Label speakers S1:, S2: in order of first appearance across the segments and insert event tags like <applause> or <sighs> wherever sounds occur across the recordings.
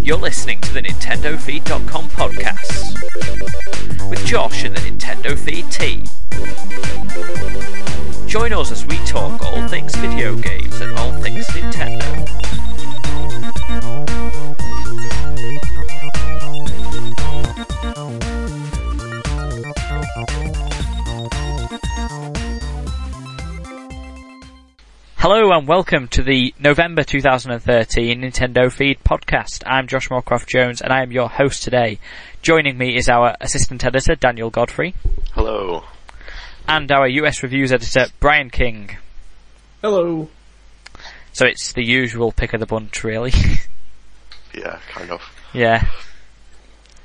S1: You're listening to the NintendoFeed.com podcast with Josh and the Nintendo Feed team. Join us as we talk all things video games and all things Nintendo. Hello and welcome to the November 2013 Nintendo Feed podcast. I'm Josh Moorcroft Jones and I am your host today. Joining me is our assistant editor Daniel Godfrey
S2: Hello.
S1: and our US reviews editor Brian King.
S3: Hello.
S1: So it's the usual pick of the bunch really. <laughs>
S2: Yeah, kind of.
S1: yeah.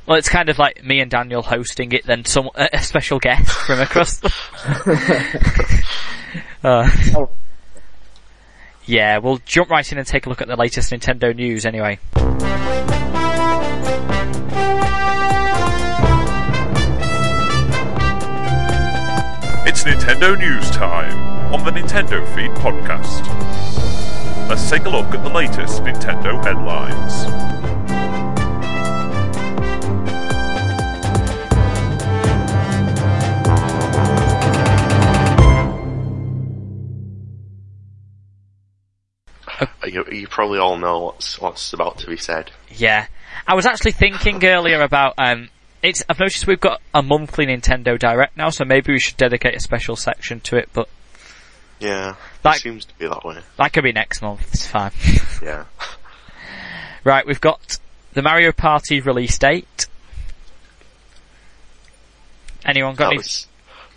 S1: Well, it's kind of like me and Daniel hosting it, then some a a special guest from across the. Uh,
S3: Oh.
S1: yeah, we'll jump right in and take a look at the latest Nintendo news anyway.
S4: It's Nintendo News Time on the Nintendo Feed podcast. Let's take a look at the latest Nintendo headlines.
S2: You, you probably all know what's what's about to be said.
S1: Yeah. I was actually thinking earlier about, um, it's, I've noticed we've got a monthly Nintendo Direct now, so maybe we should dedicate a special section to it, but
S2: Yeah,
S1: Like-
S2: it seems to be that way.
S1: that could be next month, it's fine.
S2: Yeah,
S1: right, we've got the Mario Party release date. Anyone got
S2: that
S1: any?
S2: was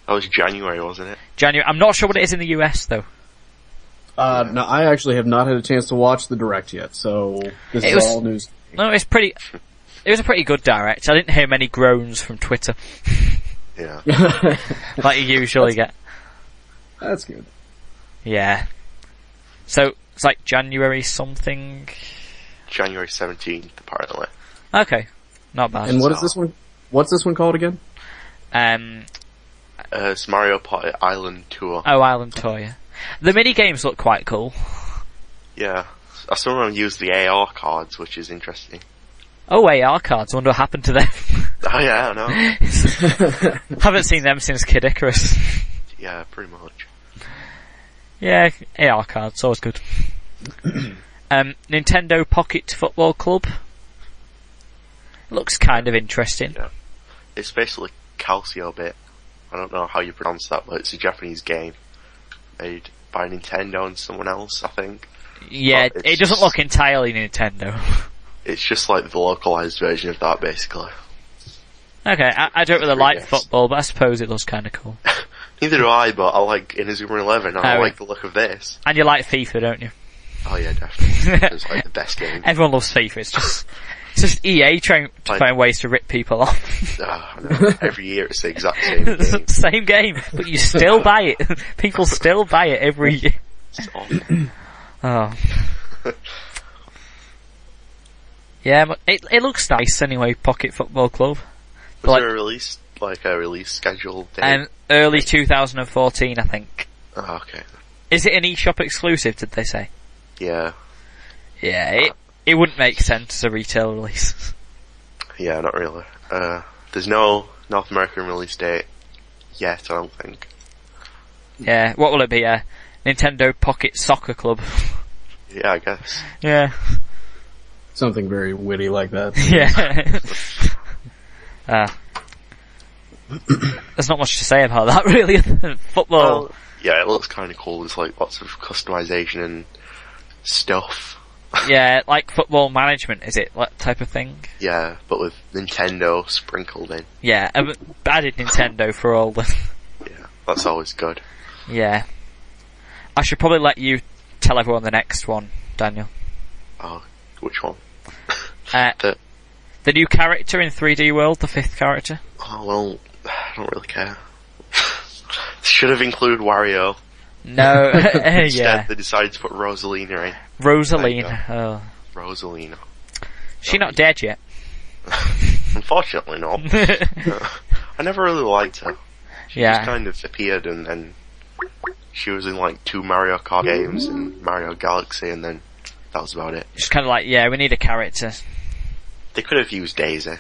S2: that was January, wasn't it?
S1: January. I'm not sure what it is in the US though.
S3: Uh, no, I actually have not had a chance to watch the direct yet, so this
S1: It
S3: is
S1: was-
S3: all news.
S1: No, it's pretty. It was a pretty good direct. I didn't hear many groans from Twitter <laughs>
S2: Yeah,
S1: like you usually get.
S3: That's good.
S1: Yeah. So it's like January something.
S2: January seventeenth, apparently.
S1: Okay, not bad.
S3: And what is this one? What's this one called again?
S1: Um,
S2: Uh, it's Mario Party Island Tour.
S1: oh, Island Toya. The mini games look quite cool.
S2: Yeah, I saw them use the AR cards, which is interesting. <laughs>
S1: Oh, AR cards. Wonder what happened to them. <laughs>
S2: Oh yeah, I know.
S1: Haven't seen them since Kid Icarus.
S2: yeah, pretty much.
S1: Yeah, AR cards, always
S2: <clears throat>
S1: good. um, Nintendo Pocket Football Club. Looks kind of interesting.
S2: Yeah. It's basically Calcio Bit. I don't know how you pronounce that, but it's a Japanese game made by Nintendo and someone else, I think.
S1: Yeah,
S2: Well,
S1: it
S2: it's
S1: doesn't
S2: just-
S1: look entirely Nintendo.
S2: It's just like the localized version of that, basically.
S1: okay, I, I don't really like
S2: 3DS.
S1: football, but I suppose it looks kind of cool.
S2: Neither do I, but I like Inazuma Eleven. I
S1: Oh,
S2: like
S1: yeah.
S2: the look of this.
S1: And you like FIFA, don't you?
S2: Oh yeah, definitely. it's like the best game.
S1: Everyone loves FIFA. It's
S2: <laughs>
S1: just it's just EA trying to
S2: Fine.
S1: find ways to rip people off. <laughs>
S2: Ah, I know. Every year it's the exact same
S1: It's
S2: game.
S1: the Same game, but you still buy it. <laughs> people still buy it every year.
S2: It's awful.
S1: Oh. yeah, but it it looks nice anyway. Pocket Football Club.
S2: Was
S1: Like-
S2: there a release, like a release schedule date?
S1: Um, early 2014, I think.
S2: oh, okay.
S1: Is it an eShop exclusive? Did they say?
S2: Yeah,
S1: Yeah, it it wouldn't make sense as a retail release. <laughs>
S2: yeah, not really. Uh, there's no North American release date yet. I don't think.
S1: yeah, what will it be? Uh, Nintendo Pocket Soccer Club.
S2: Yeah, I guess.
S1: yeah,
S3: Something very witty like
S1: <laughs>
S3: that.
S1: <laughs> yeah. uh, there's not much to say about that, <laughs> really. Football.
S2: Well, yeah, it looks kind of cool. There's like lots of customization and stuff.
S1: <laughs> Yeah, like football management, is it that type of thing?
S2: Yeah, but with Nintendo sprinkled in.
S1: Yeah, um, added Nintendo for all the. <laughs>
S2: Yeah, that's always good.
S1: Yeah. I should probably let you tell everyone the next one, Daniel.
S2: Oh, which one?
S1: Uh,
S2: The-
S1: the new character in 3D World, the fifth character.
S2: Oh well, I don't really care. <laughs> Should have included Wario.
S1: No,
S2: <laughs>
S1: <laughs>
S2: Instead,
S1: yeah,
S2: they decided to put Rosalina in.
S1: Rosaline. Oh.
S2: Rosalina.
S1: She not dead yet. <laughs>
S2: Unfortunately, not. I never really liked her. She
S1: yeah,
S2: just kind of appeared and then She was in like two Mario Kart games and Mario Galaxy, and then that was about it.
S1: It's kind of like, yeah, we need a character.
S2: They could have used Daisy.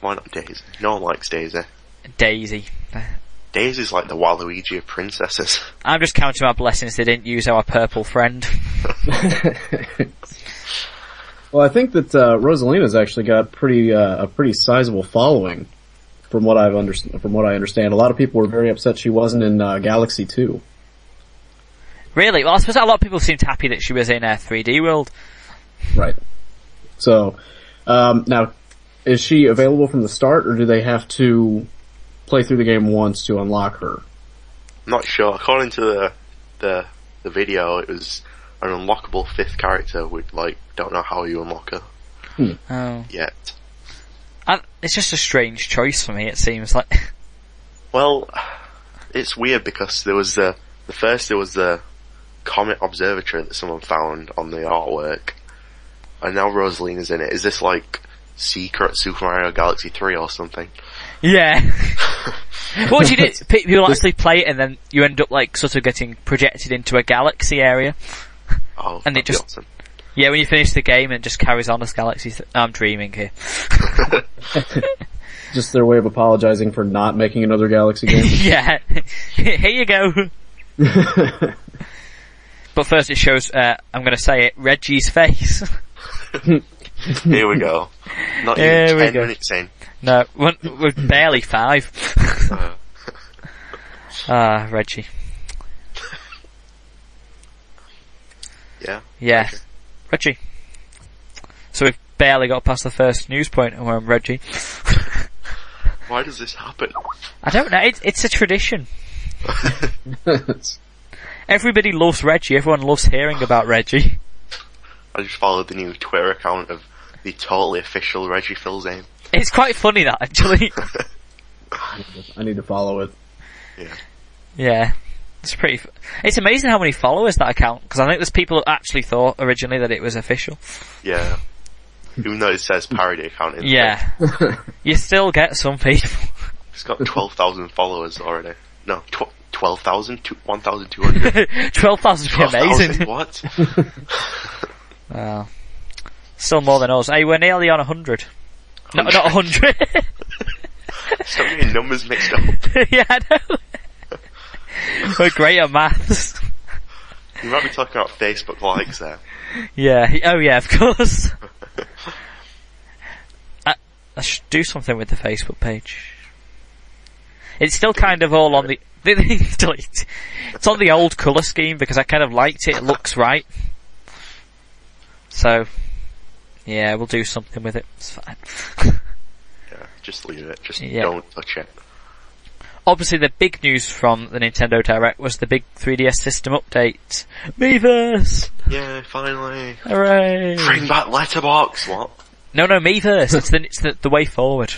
S2: Why not Daisy? No one likes Daisy.
S1: Daisy.
S2: Daisy's like the Waluigi of princesses.
S1: I'm just counting my blessings they didn't use our purple friend.
S3: Well, I think that uh, Rosalina's actually got pretty uh, a pretty sizable following, from what I've underst- from what I understand. A lot of people were very upset she wasn't in uh, Galaxy Two.
S1: really? Well, I suppose a lot of people seemed happy that she was in uh, 3D World.
S3: Right. So um, now, is she available from the start, or do they have to play through the game once to unlock her?
S2: not sure. According to the the the video, it was an unlockable fifth character. We like don't know how you unlock her
S1: Oh.
S2: yet.
S1: I, it's just a strange choice for me, it seems like. <laughs>
S2: Well, it's weird because there was the the first there was the comet observatory that someone found on the artwork, and now Rosalina's in it. Is this like secret Super Mario Galaxy three or something?
S1: Yeah. what do you do? Pe- People actually play it and then you end up like sort of getting projected into a galaxy area.
S2: Oh,
S1: And it
S2: that'd be
S1: just-
S2: awesome.
S1: Yeah, when you finish the game it just carries on as galaxies. I'm dreaming here.
S3: Just their way of apologizing for not making another
S1: <laughs>
S3: Galaxy game.
S1: yeah. <laughs> here you go. but first it shows, uh, I'm gonna say it, Reggie's face. <laughs>
S2: here we go. Not
S1: Here
S2: even
S1: we
S2: ten
S1: go.
S2: minutes in.
S1: no, one- we're barely five. <laughs>
S2: Uh,
S1: Ah, Reggie.
S2: yeah,
S1: Yeah. Reggie. So we've barely got past the first news point and we're on Reggie.
S2: why does this happen?
S1: I don't know, it, it's a <laughs> tradition. Everybody loves Reggie. Everyone loves hearing about Reggie.
S2: I just followed the new Twitter account of the totally official Reggie Filzane.
S1: It's quite funny that actually.
S3: I need to follow it.
S2: Yeah.
S1: yeah. It's pretty, f- it's amazing how many followers that account, cause I think there's people who actually thought originally that it was official.
S2: <laughs> Yeah. Even though it says parody account in the thing.
S1: Yeah. you still get some people. <laughs>
S2: It's got 12,000 followers already. No, tw- 12,000? Two- 1,200?
S1: 12,000 would be
S2: 12,000?
S1: <laughs> amazing.
S2: What?
S1: Well, still more than us. Hey, we're nearly on 100. No, not 100.
S2: Stop getting numbers mixed up.
S1: <laughs> yeah, I know. <laughs> we're great at maths.
S2: You might be talking about Facebook likes there.
S1: Yeah. he- Oh, yeah. Of course. I, I should do something with the Facebook page. It's still kind of all on the. <laughs> Delete. It's on the old colour scheme because I kind of liked it. It looks right. So, yeah, we'll do something with it. It's fine.
S2: Yeah, just leave it. Just
S1: Yeah.
S2: don't touch it.
S1: Obviously, the big news from the Nintendo Direct was the big 3DS system update. Miiverse!
S2: Yeah, finally.
S1: Hooray!
S2: Bring back Letterbox. What?
S1: No, no, Miiverse. It's the, it's the, the way forward.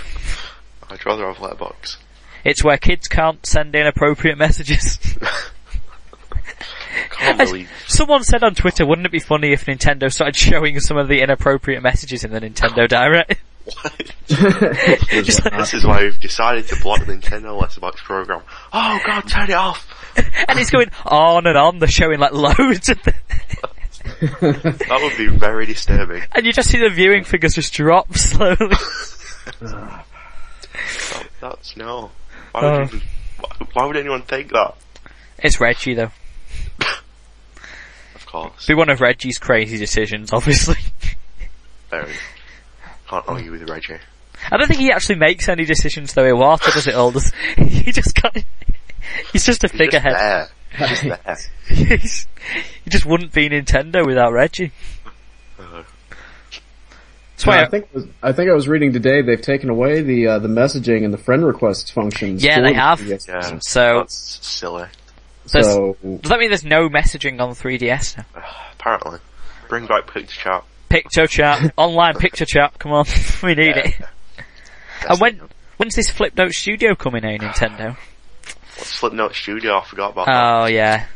S2: I'd rather have Letterbox.
S1: It's where kids can't send inappropriate messages. <laughs>
S2: Can't believe.
S1: Someone said on Twitter, wouldn't it be funny if Nintendo started showing some of the inappropriate messages in the Nintendo Direct? <laughs>
S2: <laughs>
S1: Just like-
S2: This is why we've decided to block the Nintendo Letterbox program. Oh god, turn it off!
S1: and it's going on and on, they're showing like <laughs> loads of th-
S2: That would be very disturbing.
S1: and you just see the viewing figures just drop <laughs> slowly.
S2: That's no. Why would,
S1: Oh.
S2: you, why- why would anyone think that?
S1: it's Reggie though.
S2: Of course.
S1: Be one of Reggie's crazy decisions, obviously. <laughs>
S2: Very. Can't argue with Reggie.
S1: I don't think he actually makes any decisions though, Iwata does it all. Does, he <laughs> just can't, he's just a
S2: He's just
S1: figurehead.
S2: there. He's just there.
S1: <laughs> He's- he just wouldn't be Nintendo without Reggie. That's why
S3: I think I think I was reading today they've taken away the uh, the messaging and the friend request functions.
S1: Yeah,
S3: for
S1: they
S3: the
S1: have.
S3: 3DS.
S2: Yeah.
S1: So-
S2: That's silly.
S3: So
S1: Does that mean there's no messaging on 3DS now?
S2: Apparently. Bring back picture chat.
S1: Picture <laughs> chat, online picture chat, come on, <laughs> we need it. And when, when's this Flipnote Studio coming in, Nintendo?
S2: Slipknot Studio, I forgot about that.
S1: Oh yeah.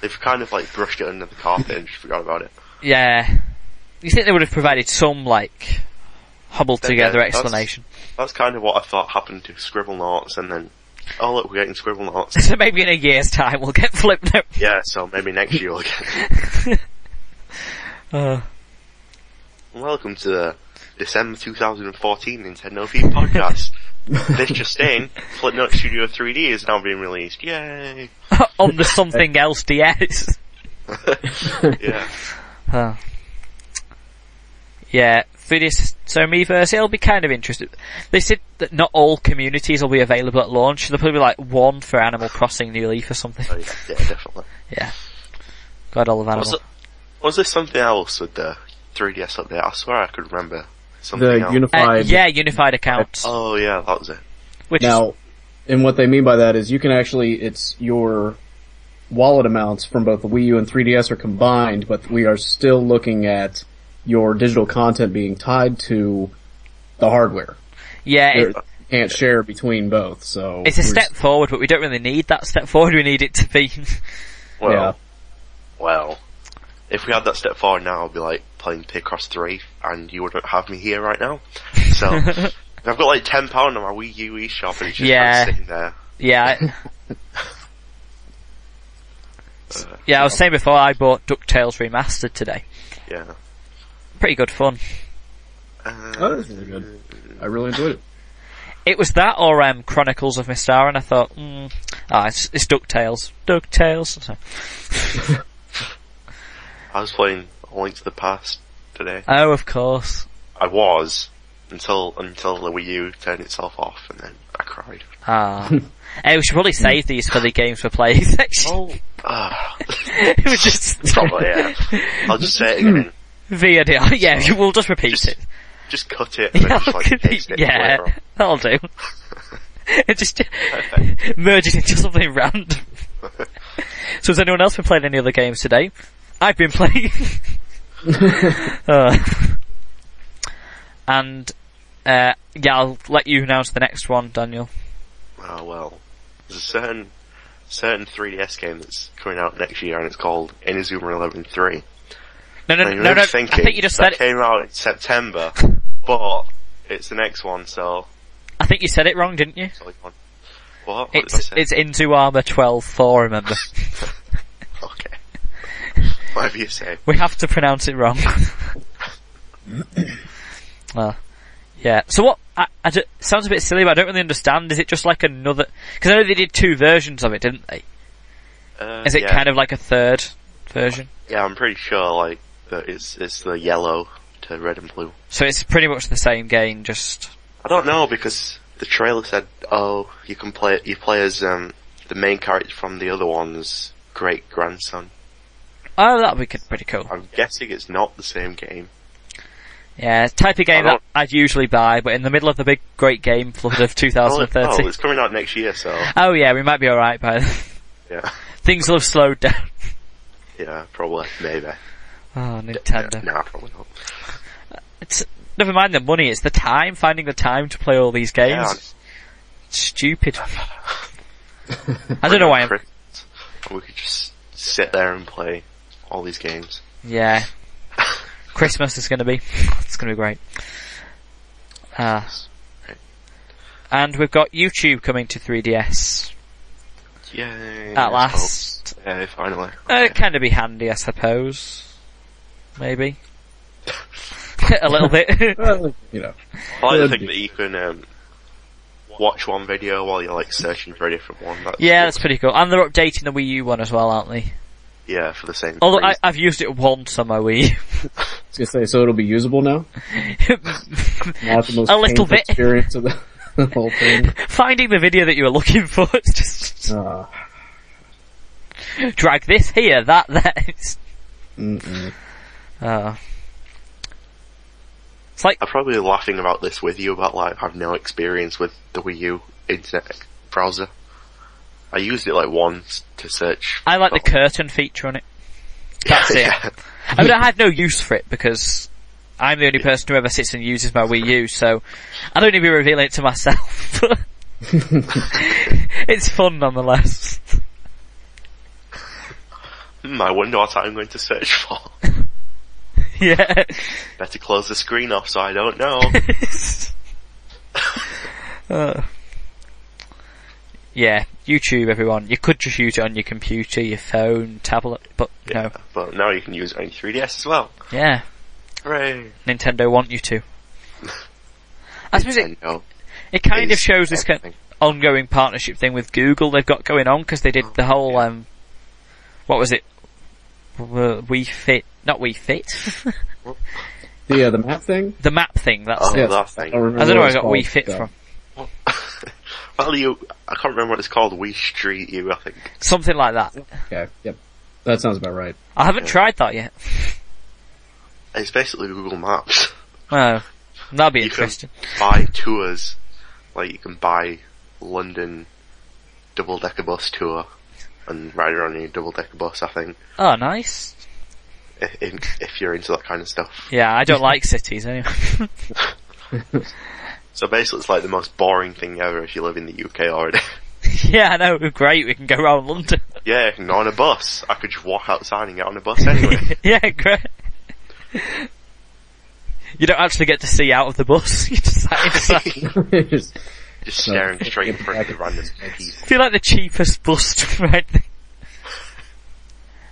S2: They've kind of like brushed it under the carpet and just forgot about it.
S1: Yeah. You think they would have provided some, like, hobbled
S2: Yeah,
S1: together
S2: that's-
S1: explanation? <laughs>
S2: That's kind of what I thought happened to Scribble Notes and then Oh look, we're getting Scribble Knots. <laughs>
S1: So maybe in a year's time we'll get Flip Note.
S2: yeah, so maybe next year we'll get.
S1: <laughs> Uh,
S2: <laughs> Welcome to the December 2014 Nintendo Feed
S3: <laughs>
S2: Podcast. this just in, Flipnote Studio 3D is now being released. Yay!
S1: <laughs> on the something else DS.
S2: Yeah.
S1: Uh, yeah, 3DS, so Miiverse, it'll be kind of interesting. They said that not all communities will be available at launch. There'll probably be like one for Animal Crossing New Leaf or something.
S2: Oh, yeah, yeah, definitely.
S1: Yeah. God, all of
S2: Was,
S1: Animal.
S2: it, was there something else with the 3DS update? I swear I could remember something
S3: The
S2: else.
S1: Uh,
S3: unified.
S1: yeah, unified accounts.
S2: oh yeah, that was it.
S1: Which is
S3: Now, and what they mean by that is you can actually, it's your wallet amounts from both the Wii U and 3DS are combined, but we are still looking at your digital content being tied to the hardware.
S1: Yeah,
S3: There-
S1: it,
S3: you can't share between both, so.
S1: it's a
S3: we're
S1: step forward, but we don't really need that step forward. We need it to be. <laughs>
S2: Well,
S3: Yeah.
S2: well, if we had that step forward now, I'd be like playing Picross 3, and you wouldn't have me here right now.
S1: <laughs>
S2: So, I've got like £10 on my Wii U eShop, and it's just
S1: Yeah.
S2: kind of sitting there.
S1: yeah.
S3: <laughs>
S1: I- yeah, I was saying before I bought DuckTales Remastered today.
S2: Yeah.
S1: Pretty good fun.
S3: Just, oh, that's really good. I really enjoyed it.
S1: It was that or um, Chronicles of Mistara, and I thought, mm, ah, it's, it's DuckTales. DuckTales. So-
S2: I was playing A Link to the Past today.
S1: oh, of course.
S2: I was until until the Wii U turned itself off, and then I cried.
S3: <laughs>
S1: Ah. Hey, we should probably save these for the games we're playing <laughs> section.
S2: Oh, uh,
S1: it was just <laughs>
S2: probably. Yeah. I'll just say it again.
S1: via the, yeah, we'll just repeat
S2: Just,
S1: it.
S2: just cut it and then just like paste
S1: <laughs>
S2: it.
S1: yeah,
S2: later on.
S1: <laughs> that'll do.
S2: <laughs>
S1: It just merge it into something random.
S2: <laughs>
S1: so has anyone else been playing any other games today? I've been playing. Uh, and uh, yeah, I'll let you announce the next one, Daniel.
S2: Oh well, there's a certain certain 3DS game that's coming out next year, and it's called Inazuma Eleven Three.
S1: No, no, no,
S2: And Oh, you're
S1: no.
S2: really
S1: I
S2: thinking
S1: think you just
S2: that
S1: said. It,
S2: came out
S1: <laughs>
S2: in September, but it's the next one, so
S1: I think you said it wrong, didn't you?
S2: it's like one. What? What did I
S1: It's
S2: say?
S1: it's into Armour 12-4, Remember,
S2: okay.
S1: <laughs>
S2: Whatever you say.
S1: we have to pronounce it
S2: <laughs>
S1: wrong. Well, yeah. So what? I, I ju- sounds a bit silly, but I don't really understand. Is it just like another? Because I know they did two versions of it, didn't they?
S2: Uh,
S1: Is it
S2: yeah.
S1: kind of like a third version?
S2: Yeah, I'm pretty sure like that it's it's the yellow to red and blue.
S1: So it's pretty much the same game, just
S2: I don't know because the trailer said, "Oh, you can play you play as um the main character from the other one's great grandson."
S1: oh, that'd be good- pretty cool.
S2: I'm guessing it's not the same game.
S1: Yeah, it's the type of game
S2: I
S1: that
S2: don't-
S1: I'd usually buy, but in the middle of the big great game flood of
S2: <laughs> Oh, it- oh,
S1: 2013.
S2: it's coming out next year, so
S1: Oh yeah, we might be all right by then. <laughs>
S2: yeah,
S1: Things will have slowed down.
S2: yeah, probably maybe.
S1: Oh,
S2: Yeah,
S1: Nintendo.
S2: nah, probably not.
S1: It's never mind the money; it's the time finding the time to play all these games.
S2: Yeah, <laughs>
S1: Stupid. I don't know why. I'm,
S2: Christmas. we could just sit there and play all these games.
S1: yeah, Christmas is going to be. It's going to be great. Ah, and we've got YouTube coming to 3DS
S2: Yay!
S1: at
S2: let's
S1: last.
S2: hope. Yeah, finally.
S1: Uh, it kind of be handy, I suppose. Maybe. <laughs> a little bit. <laughs>
S3: Well, you know.
S2: I like to
S3: Could
S2: think
S3: be.
S2: that you can um, watch one video while you're like searching for a different one. That's
S1: yeah, that's pretty cool. And they're updating the Wii U one as well, aren't they?
S2: yeah, for the same.
S1: Although I,
S2: reason.
S1: I've used it once on my Wii.
S3: I was gonna say, so it'll be usable now?
S1: <laughs>
S3: Not the most
S1: A little
S3: painful
S1: bit.
S3: experience of the, <laughs> the whole
S1: <laughs>
S3: thing.
S1: Finding the video that you were looking for, <laughs> it's just
S3: Uh,
S1: drag this here, that there. It's,
S3: mm-mm.
S1: oh. it's like
S2: I'm probably laughing about this with you about like I've no experience with the Wii U internet browser. I used it like once to search.
S1: I like the
S2: oh,
S1: curtain feature on it. That's it.
S2: <laughs> yeah.
S1: I mean, I had no use for it because I'm the only person who ever sits and uses my Wii U, so I'd only be revealing it to
S2: <laughs>
S1: myself. <laughs> it's fun nonetheless. <laughs>
S2: Hmm, I wonder what I'm going to search
S1: <laughs>
S2: for.
S1: yeah.
S2: Better close the screen off so I don't
S1: <laughs>
S2: know.
S1: Uh, yeah, YouTube, everyone. You could just use it on your computer, your phone, tablet, but no.
S2: But now you can use it on your 3DS as well.
S1: Yeah,
S2: Hooray!
S1: Nintendo want you to. I suppose it,
S2: Nintendo
S1: it kind of
S2: is
S1: shows this kind
S2: everything.
S1: ongoing partnership thing with Google they've got going on because they did the whole um, what was it? W- We Fit, not We
S2: <laughs>
S1: Fit,
S3: The uh, the map thing.
S1: the map thing. That's
S2: Oh,
S1: it.
S3: Yes,
S2: that thing.
S3: remember
S1: I don't know
S3: what
S1: where I
S3: it's
S1: got We
S3: called,
S1: Fit
S3: so.
S1: from.
S2: Well, you, I can't remember what it's called. We Street You, I think.
S1: Something like that.
S3: Okay, yep, that sounds about right. <laughs>
S1: I haven't tried that yet.
S2: It's basically Google Maps.
S1: Oh, that'd be
S2: You can
S1: interesting.
S2: buy tours. Like, you can buy London double decker bus tour and ride around in your double decker bus, I think.
S1: Oh, nice.
S2: If, if- if you're into that kind of stuff.
S1: Yeah, I don't like cities anyway. <laughs>
S2: So basically, it's like the most boring thing ever if you live in the UK already. <laughs>
S1: yeah, I know. Great, we can go around London. <laughs>
S2: yeah, not on a bus. I could just walk outside and get on a bus
S1: <laughs>
S2: anyway. <laughs>
S1: yeah, great. You don't actually get to see out of the bus. <laughs> You just sat
S2: <laughs>
S1: inside.
S3: Just-
S2: Just staring straight in front of the random people.
S1: feel like the cheapest bus to <laughs> ride. thing.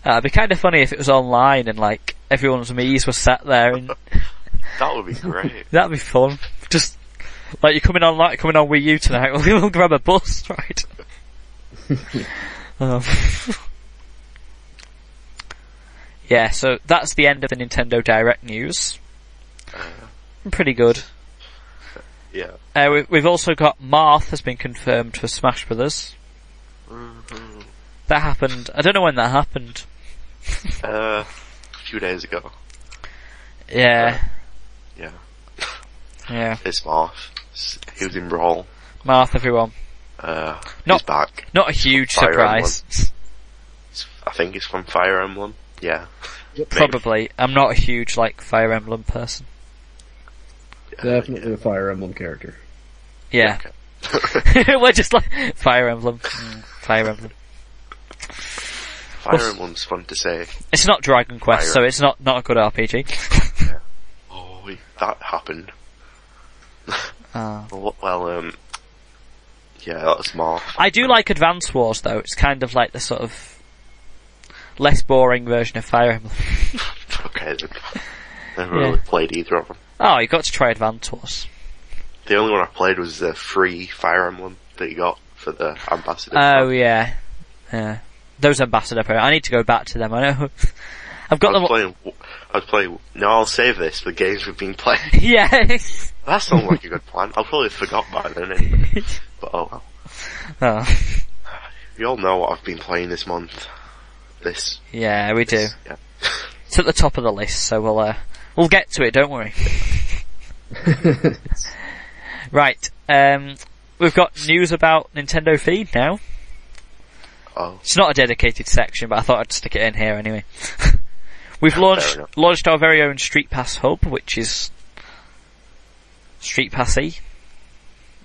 S1: Uh, it'd be kind of funny if it was online and like everyone's me's were sat there, and
S2: That would be great. <laughs>
S1: that'd be fun. Just like you're coming on, like you're coming on Wii U tonight. <laughs> Well, we'll grab a bus ride. um, yeah, so that's the end of the Nintendo Direct news. Pretty good.
S2: Yeah.
S1: Uh, we, we've also got Marth has been confirmed for Smash Brothers.
S2: Mm-hmm.
S1: That happened. I don't know when that happened.
S2: Uh, a few days ago.
S1: Yeah,
S2: Yeah.
S1: yeah.
S2: It's Marth. S- He was in Brawl.
S1: Marth, everyone.
S2: Uh,
S1: Not-
S2: he's back.
S1: Not a huge
S2: Fire
S1: surprise.
S2: It's- I think he's from Fire Emblem. Yeah. Maybe.
S1: Probably. I'm not a huge like Fire Emblem person.
S3: Definitely a Fire Emblem character.
S1: Yeah. <laughs> We're just like Fire Emblem. Mm, Fire Emblem.
S2: Fire Emblem's fun to say.
S1: It's not Dragon Quest,
S2: Fire
S1: so it's not not a good RPG.
S2: Oh, we- that happened.
S1: Ah.
S2: Well, well, um, yeah, that's Marth.
S1: I do like Advance Wars though. It's kind of like the sort of less boring version of Fire Emblem.
S2: <laughs>
S1: <laughs>
S2: Okay, then. Never
S1: Yeah.
S2: really played either of them.
S1: Oh, you got to try Advance Wars.
S2: The only one I played was the free Fire Emblem that you got for the Ambassador.
S1: Oh yeah, yeah. Those ambassador pro. I need to go back to them. I know. <laughs> I've got
S2: I
S1: them.
S2: was
S1: all-
S2: playing, I was playing, no, I'll save this for games we've been playing.
S1: <laughs>
S2: <laughs>
S1: Yeah. <laughs>
S2: That sounds like a good plan. I'll probably have forgot by
S1: <laughs>
S2: then anyway. But oh well.
S1: oh,
S2: You all know what I've been playing this month. This.
S1: yeah, we do.
S2: this- Yeah.
S1: It's at the top of the list, so we'll uh, we'll get to it. Don't worry. right. Um, we've got news about Nintendo Feed now.
S2: Oh.
S1: It's not a dedicated section, but I thought I'd stick it in here anyway. <laughs> We've launched
S2: enough.
S1: launched our very own Street Pass hub, which is Street Passy.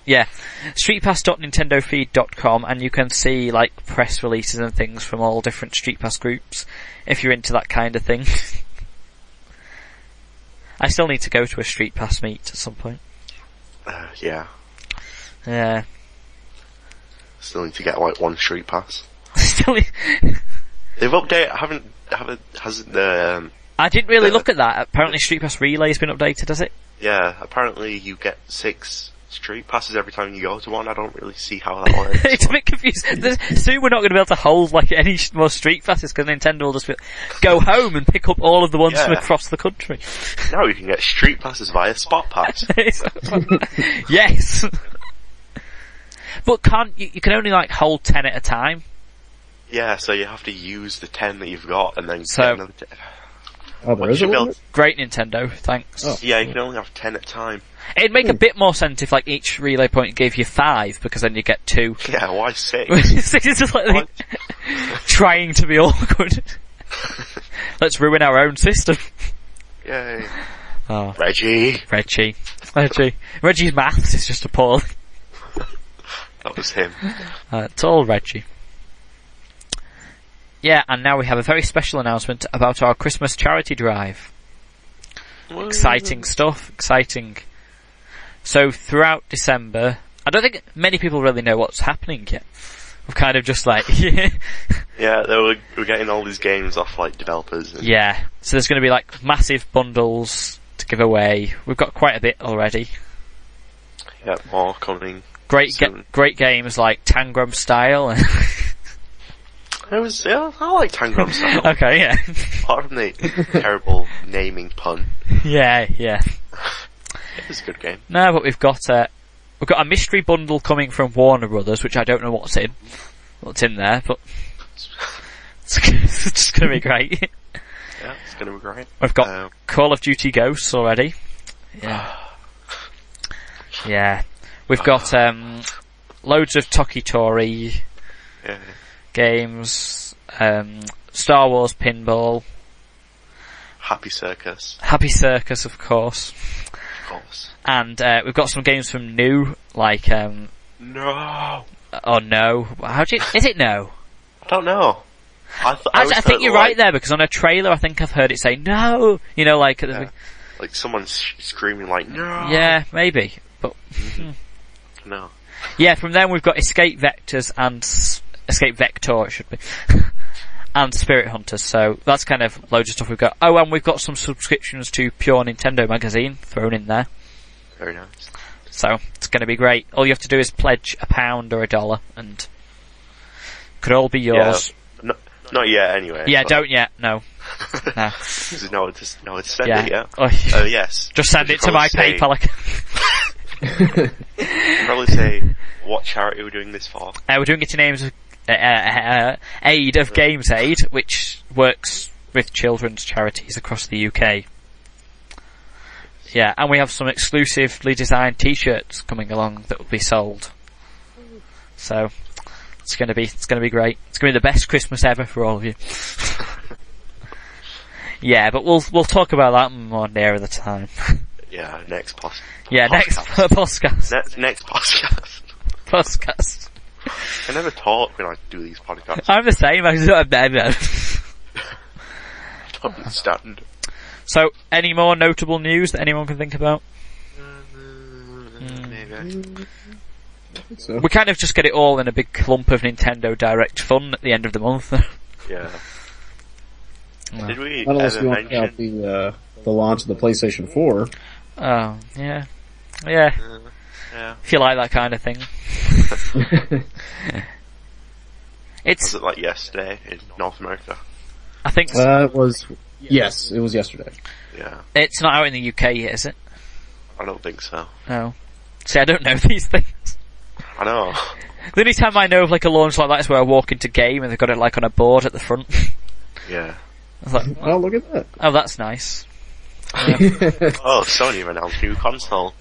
S1: Yeah, streetpass.nintendofeed.com, and you can see like press releases and things from all different Street Pass groups if you're into that kind of thing. <laughs> I still need to go to a Street Pass meet at some point.
S2: Uh, yeah.
S1: Yeah, <laughs>
S2: Still need to get like one street pass.
S1: still.
S2: They've updated, haven't, haven't, hasn't the, um,
S1: I didn't really look at that. Apparently, Street Pass Relay's been updated, has it?
S2: yeah, apparently you get six street passes every time you go to one. I don't really see how that
S1: <laughs>
S2: works.
S1: it's a bit confusing. There's- Soon we're not going to be able to hold like any sh- more street passes because Nintendo will just be, go home and pick up all of the ones from
S2: Yeah.
S1: across the country. <laughs>
S2: now you can get street passes via spot pass.
S1: yes. <laughs> But can't you, you can only like hold ten at a time?
S2: yeah, so you have to use the ten that you've got and then
S1: So-
S2: get another ten.
S3: Oh, there
S2: What
S3: is
S2: you
S3: a
S2: build-
S3: limit?
S1: Great Nintendo, thanks.
S3: Oh.
S2: Yeah, you can only have ten at
S1: <laughs>
S2: a time.
S1: It'd make a bit more sense if like each relay point gave you five because then you get two. <laughs>
S2: Yeah, why six?
S1: it's just like they- trying to be <laughs> awkward. Let's ruin our own system.
S2: Yay.
S1: Oh.
S2: Reggie.
S1: Reggie. Reggie. Reggie's maths is just appalling.
S2: That was him.
S1: Uh, it's all Reggie. Yeah, and now we have a very special announcement about our Christmas charity drive. Exciting stuff, exciting. So throughout December, I don't think many people really know what's happening yet. We're kind of just like, <laughs>
S2: Yeah, they were, we're getting all these games off like developers. And
S1: yeah. So there's going to be like massive bundles to give away. We've got quite a bit already.
S2: yeah, more coming.
S1: Great, ga-
S2: Soon.
S1: great games like Tangram Style.
S2: It was yeah, I like Tangram
S1: <laughs> <laughs>
S2: style.
S1: okay, yeah,
S2: Apart from the terrible naming pun,
S1: yeah, yeah.
S2: it was a good game.
S1: No, but we've got a we've got a mystery bundle coming from Warner Brothers, which I don't know what's in, what's in there, but <laughs> it's, <laughs> it's just going to be great.
S2: Yeah, it's gonna be great.
S1: We've got
S2: Um,
S1: Call of Duty Ghosts already. Yeah, yeah. We've got um, loads of Tokitori
S2: yeah,
S1: games, um, Star Wars Pinball,
S2: Happy Circus,
S1: Happy Circus, of course,
S2: of course.
S1: and uh, we've got some games from New, like um,
S2: No, I
S1: or No. How do you? Is it No?
S2: don't know. I, th-
S1: I,
S2: always
S1: I
S2: thought
S1: think you're
S2: like,
S1: right there because on a trailer, I think I've heard it say no. You know, like at the-
S2: Like someone sh- screaming like no.
S1: yeah, maybe. But
S2: No.
S1: yeah, from then we've got escape vectors and S- escape vector. It should be. <laughs> And Spirit Hunters, so that's kind of loads of stuff we've got. Oh, and we've got some subscriptions to Pure Nintendo Magazine thrown in there,
S2: Very nice.
S1: so it's going to be great. All you have to do is pledge a pound or a dollar, and could all be yours.
S2: No, not yet. Anyway.
S1: Yeah,
S2: but-
S1: don't yet. No, <laughs> no.
S2: <laughs> No, just no. It's spend
S1: Yeah.
S2: it yet.
S1: Oh,
S2: Oh yes.
S1: just send
S2: We
S1: it to
S2: should probably
S1: my
S2: say-
S1: PayPal account.
S2: Probably say what charity we're doing this for.
S1: Uh, we're doing it in aims of, uh, uh, uh, aid of Games Aid, which works with children's charities across the UK. Yeah, and we have some exclusively designed t-shirts coming along that will be sold. So, it's gonna be, it's gonna be great. It's gonna be the best Christmas ever for all of you. <laughs> yeah, but we'll, we'll talk about that more nearer the time. <laughs>
S2: Yeah. Next pos.
S1: yeah, next <laughs>
S2: Podcast.
S1: podcast.
S2: Next, next podcast. <laughs>
S1: Podcast.
S2: I never talk when I do these podcasts.
S1: I'm the same, I'm not a bad
S2: I don't understand.
S1: So, any more notable news that anyone can think about? Mm.
S2: Maybe I-
S3: So
S1: We kind of just get it all in a big clump of Nintendo Direct fun at the end of the month. <laughs>
S2: Yeah.
S1: No.
S2: Did we
S3: not unless
S2: ever
S3: you want to
S2: mention?
S3: count the uh, the launch of the PlayStation 4.
S1: oh, yeah. Yeah,
S2: Mm, Yeah.
S1: if you like that kind of
S2: <laughs>
S1: thing.
S2: Was
S1: it's,
S2: it like yesterday in North America?
S1: I think,
S3: That was yes, it was yesterday.
S2: Yeah.
S1: it's not out in the UK yet, is it?
S2: I don't think so.
S1: No. See, I don't know <laughs> these things.
S2: I
S1: <laughs>
S2: know.
S1: The only time I know of like a launch like that is where I walk into game and they've got it like on a board at the front. <laughs>
S2: Yeah.
S1: I was like,
S3: Oh, look at that!
S1: oh, that's nice. <laughs>
S2: Oh, Sony have announced new console.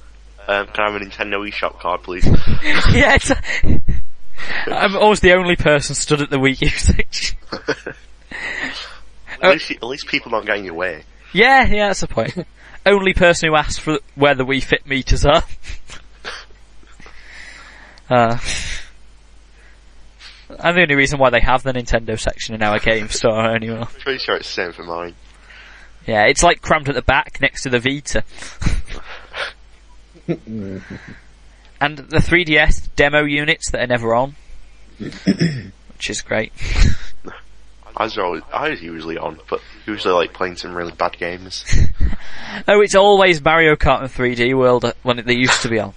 S2: Um, can I have a Nintendo eShop card, please?
S1: yeah, it's, <laughs> I'm always the only person stood at the Wii U <laughs> section.
S2: At least, at least people aren't getting your way.
S1: Yeah, yeah, that's the point. <laughs> Only person who asked for where the Wii Fit meters are. <laughs> uh, and the only reason why they have the Nintendo section in our game store anymore.
S2: Pretty sure it's the same for mine.
S1: Yeah, it's like crammed at the back next to the Vita. <laughs> and the 3DS demo units that are never on. which is great.
S2: I was always, I was usually on, but usually like playing some really bad games.
S1: Oh, it's always Mario Kart and 3D World uh, when it- they used to be on.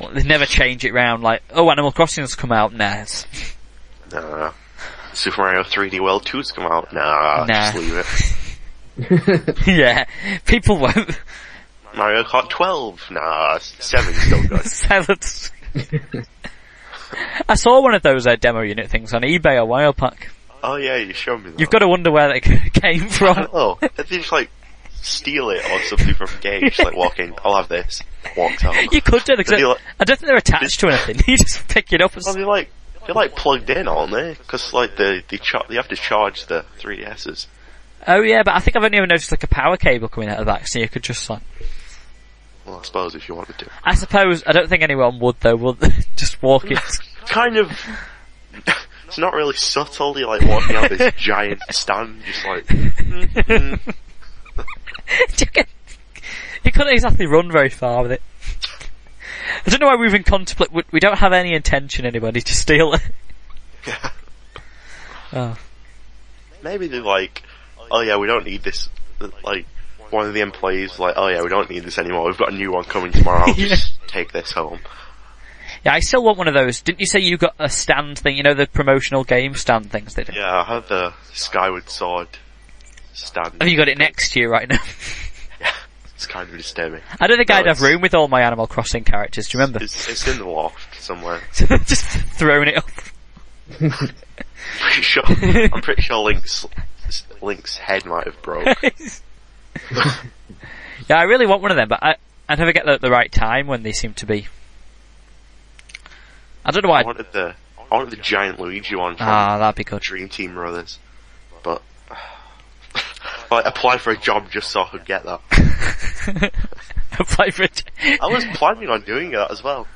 S1: Well, They never change it round like, oh, Animal Crossing's come out, nah. it's- <laughs>
S2: Nah. Super Mario 3D World 2's come out. Nah, just
S1: Nah.
S2: leave it.
S1: yeah, people won't. <laughs>
S2: Mario Kart 12. Nah, 7's still
S1: <laughs>
S2: good.
S1: Salads. I saw one of those uh, demo unit things on eBay a while back.
S2: oh yeah, you showed me that.
S1: You've got to wonder where they <laughs> came from.
S2: Oh, they just like steal it or something from Gage. Just like walk in, I'll have this. Walked out.
S1: You could do because
S2: They'd be like-
S1: I don't think they're attached to anything. <laughs> You just pick it up. And
S2: Well,
S1: s-
S2: they're like they're like plugged in, aren't they? Because like they they, char- they have to charge the 3DSs.
S1: oh yeah, but I think I've only ever noticed like a power cable coming out of that, so you could just like.
S2: Well, I suppose if you wanted to.
S1: I suppose I don't think anyone would though. Would <laughs> they? just walk it.
S2: Kind of. <laughs> It's not really subtle. You're like walking out this giant stand, just like
S1: you couldn't exactly run very far with it. I don't know why we even contemplate. We, we don't have any intention, anybody, to steal it. Oh.
S2: Maybe they're like, oh yeah, we don't need this. Like, one of the employees was like, oh yeah, we don't need this anymore. We've got a new one coming tomorrow.
S1: <laughs>
S2: I'll just take this home.
S1: Yeah, I still want one of those. Didn't you say you got a stand thing? You know the promotional game stand things they do.
S2: Yeah, I had the Skyward Sword stand.
S1: Have Oh, you got it next year right now? <laughs>
S2: It's kind of disturbing.
S1: I don't think
S2: No,
S1: I'd have
S2: it's-
S1: room with all my Animal Crossing characters. Do you remember?
S2: It's, it's in the loft somewhere.
S1: <laughs> Just throwing it up.
S2: Pretty sure. I'm pretty sure Link's Link's head might have broke.
S1: <laughs> yeah, I really want one of them, but I, I never get them at the right time when they seem to be. I don't know why.
S2: I
S1: I'd-
S2: wanted the I wanted the giant Luigi one from
S1: Ah, that'd be good. <laughs>
S2: Dream Team Brothers, but <sighs> like apply for a job just so I could get that.
S1: Apply for it.
S2: I was planning on doing that as well.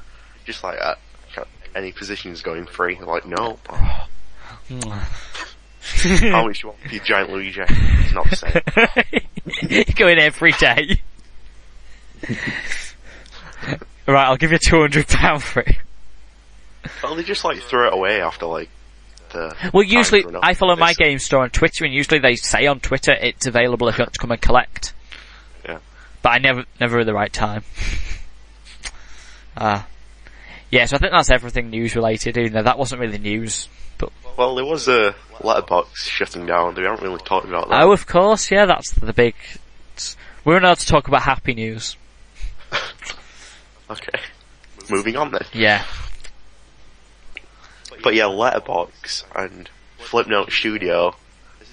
S2: Just like that. Can't- Any positions going free? I'm
S1: <laughs>
S2: like no. Oh, how much you want for your giant Luigi? It's not the same.
S1: <laughs> you go in every day. right, I'll give you two hundred pound for it.
S2: Well, they just like throw it away after like the.
S1: Well,
S2: time's
S1: usually
S2: run up.
S1: I follow
S2: They
S1: my
S2: s-
S1: game store on Twitter, and usually they say on Twitter it's available if you want to come and collect.
S2: Yeah.
S1: But I never, never at the right time. <laughs> Ah, yeah. So I think that's everything news related. Even though that wasn't really news, but
S2: Well, there was a letterbox shutting down. We haven't really talked about that.
S1: oh, of course, yeah, that's the big. it's- We're allowed to talk about happy news. Oh.
S2: Okay. Moving on then.
S1: Yeah.
S2: But yeah, Letterbox and Flipnote Studio.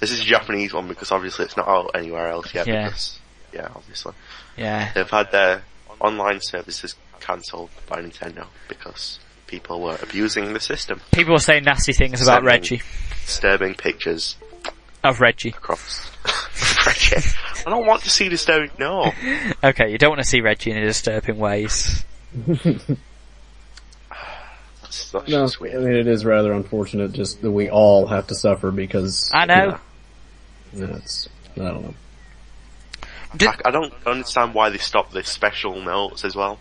S2: This is a Japanese one because obviously it's not out anywhere else yet.
S1: Yeah.
S2: Because, yeah, obviously.
S1: Yeah.
S2: They've had their online services cancelled by Nintendo because people were abusing the system,
S1: People were saying nasty things about
S2: Sending-
S1: Reggie.
S2: disturbing pictures
S1: Of Reggie.
S2: across. Reggie. I don't want to see disturbing. No.
S1: Okay, you don't want to see Reggie in a disturbing ways.
S2: That's, that's
S3: No,
S2: just
S3: I
S2: weird.
S3: mean it is rather unfortunate just that we all have to suffer because
S1: I know.
S3: that's I don't know.
S2: I, I don't understand why they stopped the special notes as well.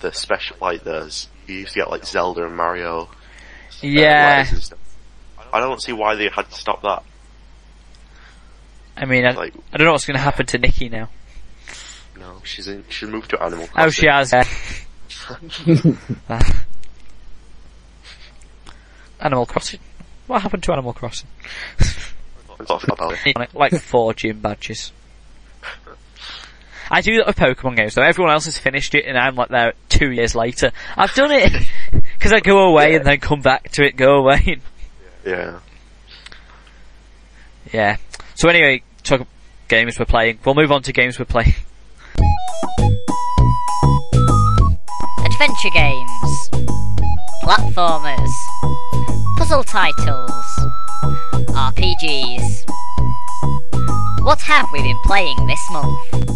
S2: The special, like those, you used to get like Zelda and Mario. uh,
S1: Yeah.
S2: letters and stuff. I don't see why they had to stop that.
S1: I mean, I,
S2: Like-
S1: I don't know what's going to happen to Nikki now.
S2: No, she's in, she moved to Animal
S1: Oh,
S2: Crossing.
S1: she has. <laughs> Animal Crossing. What happened to Animal Crossing?
S2: I thought about it.
S1: On it, Like four gym badges. I do that with Pokemon games though. Everyone else has finished it and I'm like there two years later. I've done it! <laughs> Cause I go away and then come back to it, go away. <laughs>
S2: Yeah. <laughs>
S1: yeah. So anyway, talk of games we're playing. We'll move on to games we're playing.
S5: adventure games, platformers, puzzle titles, RPGs. What have we been playing this month?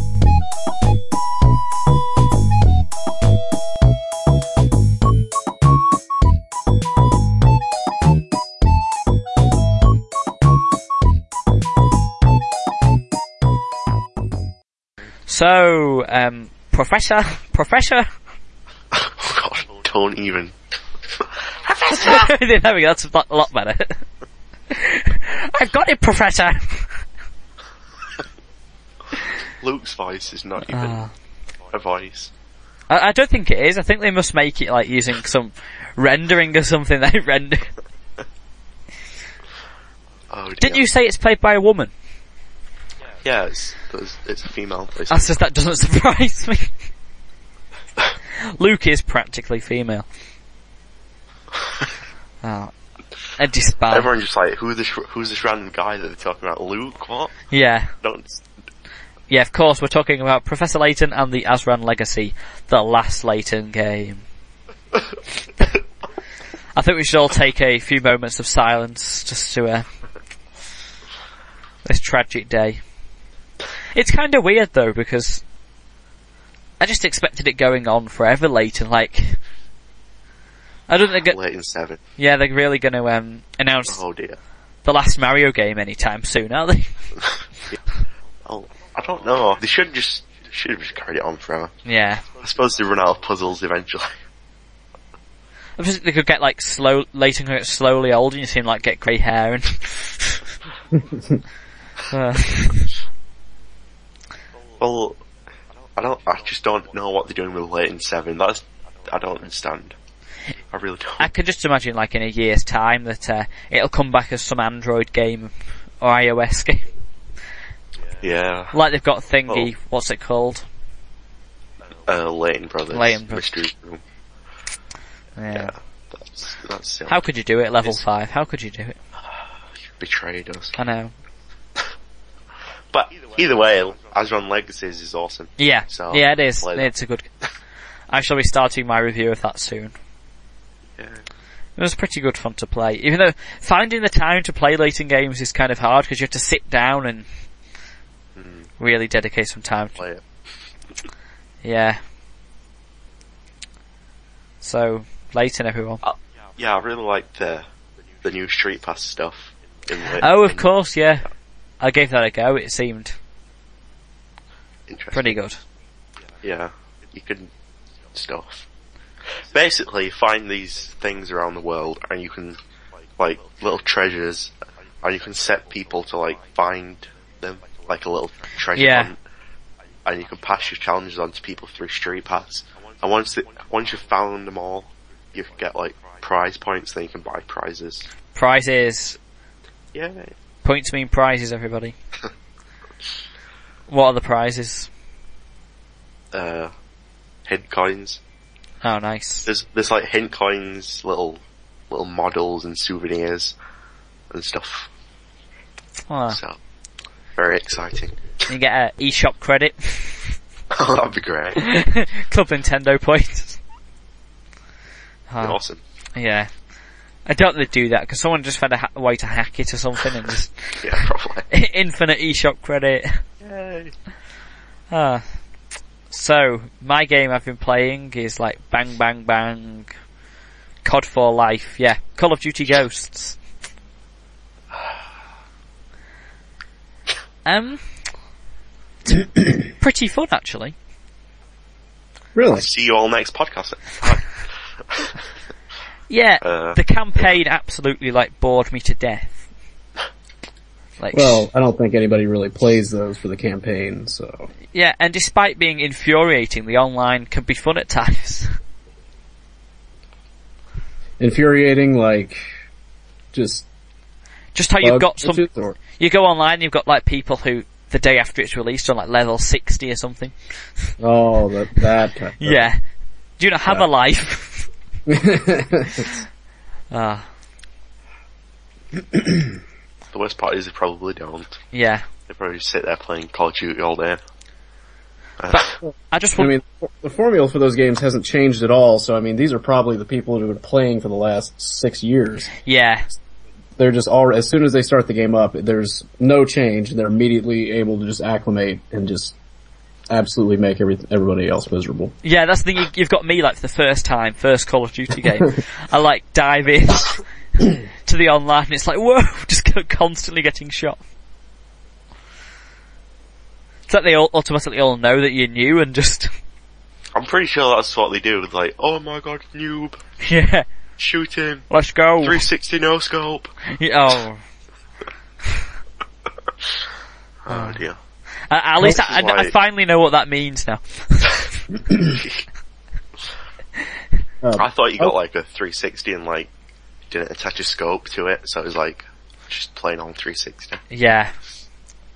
S1: So, um, Professor, <laughs> Professor,
S2: Oh god, don't even.
S1: <laughs> there we go, that's a lot, a lot better. <laughs> I've got it, Professor!
S2: Luke's voice is not even
S1: Ah.
S2: a voice.
S1: I, I don't think it is. I think they must make it like using some rendering or something they <laughs> render.
S2: Oh dear.
S1: Didn't you say it's played by a woman?
S2: Yeah, it's, it's, it's a female voice.
S1: That's just, that doesn't <laughs> surprise me. Luke is practically female. Oh, I despise.
S2: Everyone just like, who this, who's this random guy that they're talking about? Luke? What?
S1: Yeah.
S2: Don't,
S1: Yeah, of course, we're talking about Professor Layton and the Azran Legacy, the last Layton game. I think we should all take a few moments of silence just to, uh, this tragic day. It's kind of weird though, because I just expected it going on forever, Layton, like, I don't think, it-
S2: Leighton 7.
S1: yeah, they're really gonna, um, announce
S2: Oh dear.
S1: the last Mario game anytime soon, are they?
S2: Oh, I don't know. They should just Should have just carried it on forever.
S1: <laughs> Yeah.
S2: I suppose they run out of puzzles eventually. <laughs>
S1: I just, they could get like slow, Leighton could get slowly old and you see him like get grey hair and... <laughs> Uh,
S2: Well, I don't. I just don't know what they're doing with Leighton Seven. That's. I don't understand. I really
S1: I
S2: don't.
S1: could just imagine like in a year's time that uh, it'll come back as some Android game or iOS <laughs> game.
S2: <laughs> Yeah.
S1: Like they've got Thingy, what's it called?
S2: Uh, Leighton Brothers.
S1: Leighton Brothers.
S2: Mystery Room.
S1: Yeah.
S2: Yeah. That's that's silly.
S1: How could you do it, level 5? How could you do it?
S2: betrayed us.
S1: I know.
S2: But either way, Azron Legacies is awesome.
S1: Yeah.
S2: So,
S1: yeah, it is.
S2: play that.
S1: It's a good... <laughs> I shall be starting my review of that soon.
S2: Yeah.
S1: It was pretty good fun to play. Even though finding the time to play late in games is kind of hard because you have to sit down and
S2: Mm-hmm.
S1: really dedicate some time. to-
S2: Play it.
S1: Yeah. So, late in everyone.
S2: Yeah, I really like the the new Street Pass stuff. In Leighton.
S1: Oh, of course, yeah. I gave that a go. It seemed
S2: Interesting.
S1: pretty good.
S2: Yeah, you can stuff. Basically, you find these things around the world, and you can like little treasures, and you can set people to like find them, like a little treasure
S1: Yeah.
S2: hunt. And you can pass your challenges on to people through street paths. And once the, once you've found them all, you can get like prize points. Then you can buy prizes.
S1: Prizes.
S2: Yeah,
S1: Points mean prizes,
S2: <laughs>
S1: everybody. what are the prizes?
S2: uh, hint coins.
S1: Oh, nice.
S2: There's there's like hint coins, little little models and souvenirs and stuff.
S1: Ah,
S2: So, very exciting. <laughs>
S1: you get a eShop credit. <laughs>
S2: That'd be great.
S1: Club Nintendo points. Ah,
S2: Awesome.
S1: Yeah. I doubt they'd do that because someone just found a, ha- way to hack it or something and just <laughs>
S2: Yeah, probably.
S1: infinite eShop credit.
S2: Yay.
S1: Ah. So, my game I've been playing is like Bang Bang Bang, COD for Life, yeah, Call of Duty Ghosts. <sighs> Um, it's pretty fun actually.
S3: Really?
S2: See you all next podcast. Bye.
S1: Yeah,
S2: Uh,
S1: the campaign absolutely like bored me to death. Like,
S3: Well, I don't think anybody really plays those for the campaign, so.
S1: yeah, and despite being infuriating, the online can be fun at times. <laughs>
S3: Infuriating, like, just
S1: Just how you've
S3: bug
S1: got some
S3: glitches or-
S1: You go online, and you've got like people who the day after it's released on like level sixty or something.
S3: Oh, that, that type of-
S1: Yeah. Do you not have a life? <laughs> Ah,
S2: the worst part is they probably don't.
S1: yeah.
S2: They probably just sit there playing Call of Duty all day. Uh,
S1: I just
S3: I
S1: want.
S3: mean, the formula for those games hasn't changed at all, so I mean, these are probably the people who have been playing for the last six years.
S1: yeah,
S3: They're just all, as soon as they start the game up, there's no change, and they're immediately able to just acclimate and just absolutely make every, everybody else miserable.
S1: yeah. That's the thing. you- You've got me like for the first time, first Call of Duty game. I like dive in <coughs> to the online, and it's like whoa, <laughs> just go- constantly getting shot. It's like they all automatically all know that you're new and just <laughs>
S2: I'm pretty sure that's what they do. With like, oh my god, noob,
S1: yeah,
S2: shoot him,
S1: let's go. <laughs>
S2: 360 no scope.
S1: Yeah, Oh.
S2: Oh dear.
S1: Uh, at least
S2: This
S1: I,
S2: is
S1: I- I
S2: why-
S1: finally know what that means now. Um,
S2: I thought you
S1: oh.
S2: got like a 360 and like didn't attach a scope to it, so it was like just plain on 360.
S1: Yeah.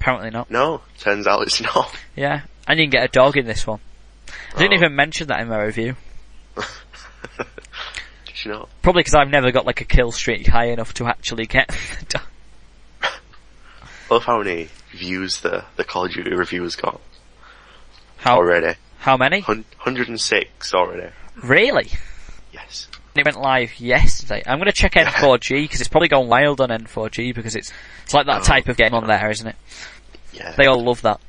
S1: Apparently not.
S2: No, turns out it's <laughs> not.
S1: Yeah. And you can get a dog in this one. I didn't
S2: Oh.
S1: even mention that in my review.
S2: Did you not?
S1: Probably because I've never got like a kill streak high enough to actually get <laughs> a dog.
S2: Love how many views the the Call of Duty review has got
S1: How,
S2: already.
S1: how many?
S2: Hun- 106 already.
S1: Really?
S2: Yes.
S1: And It went live yesterday. I'm gonna check N4G because it's probably gone wild on N4G because it's, it's like that type of game on there, isn't it?
S2: Yeah.
S1: They all love that.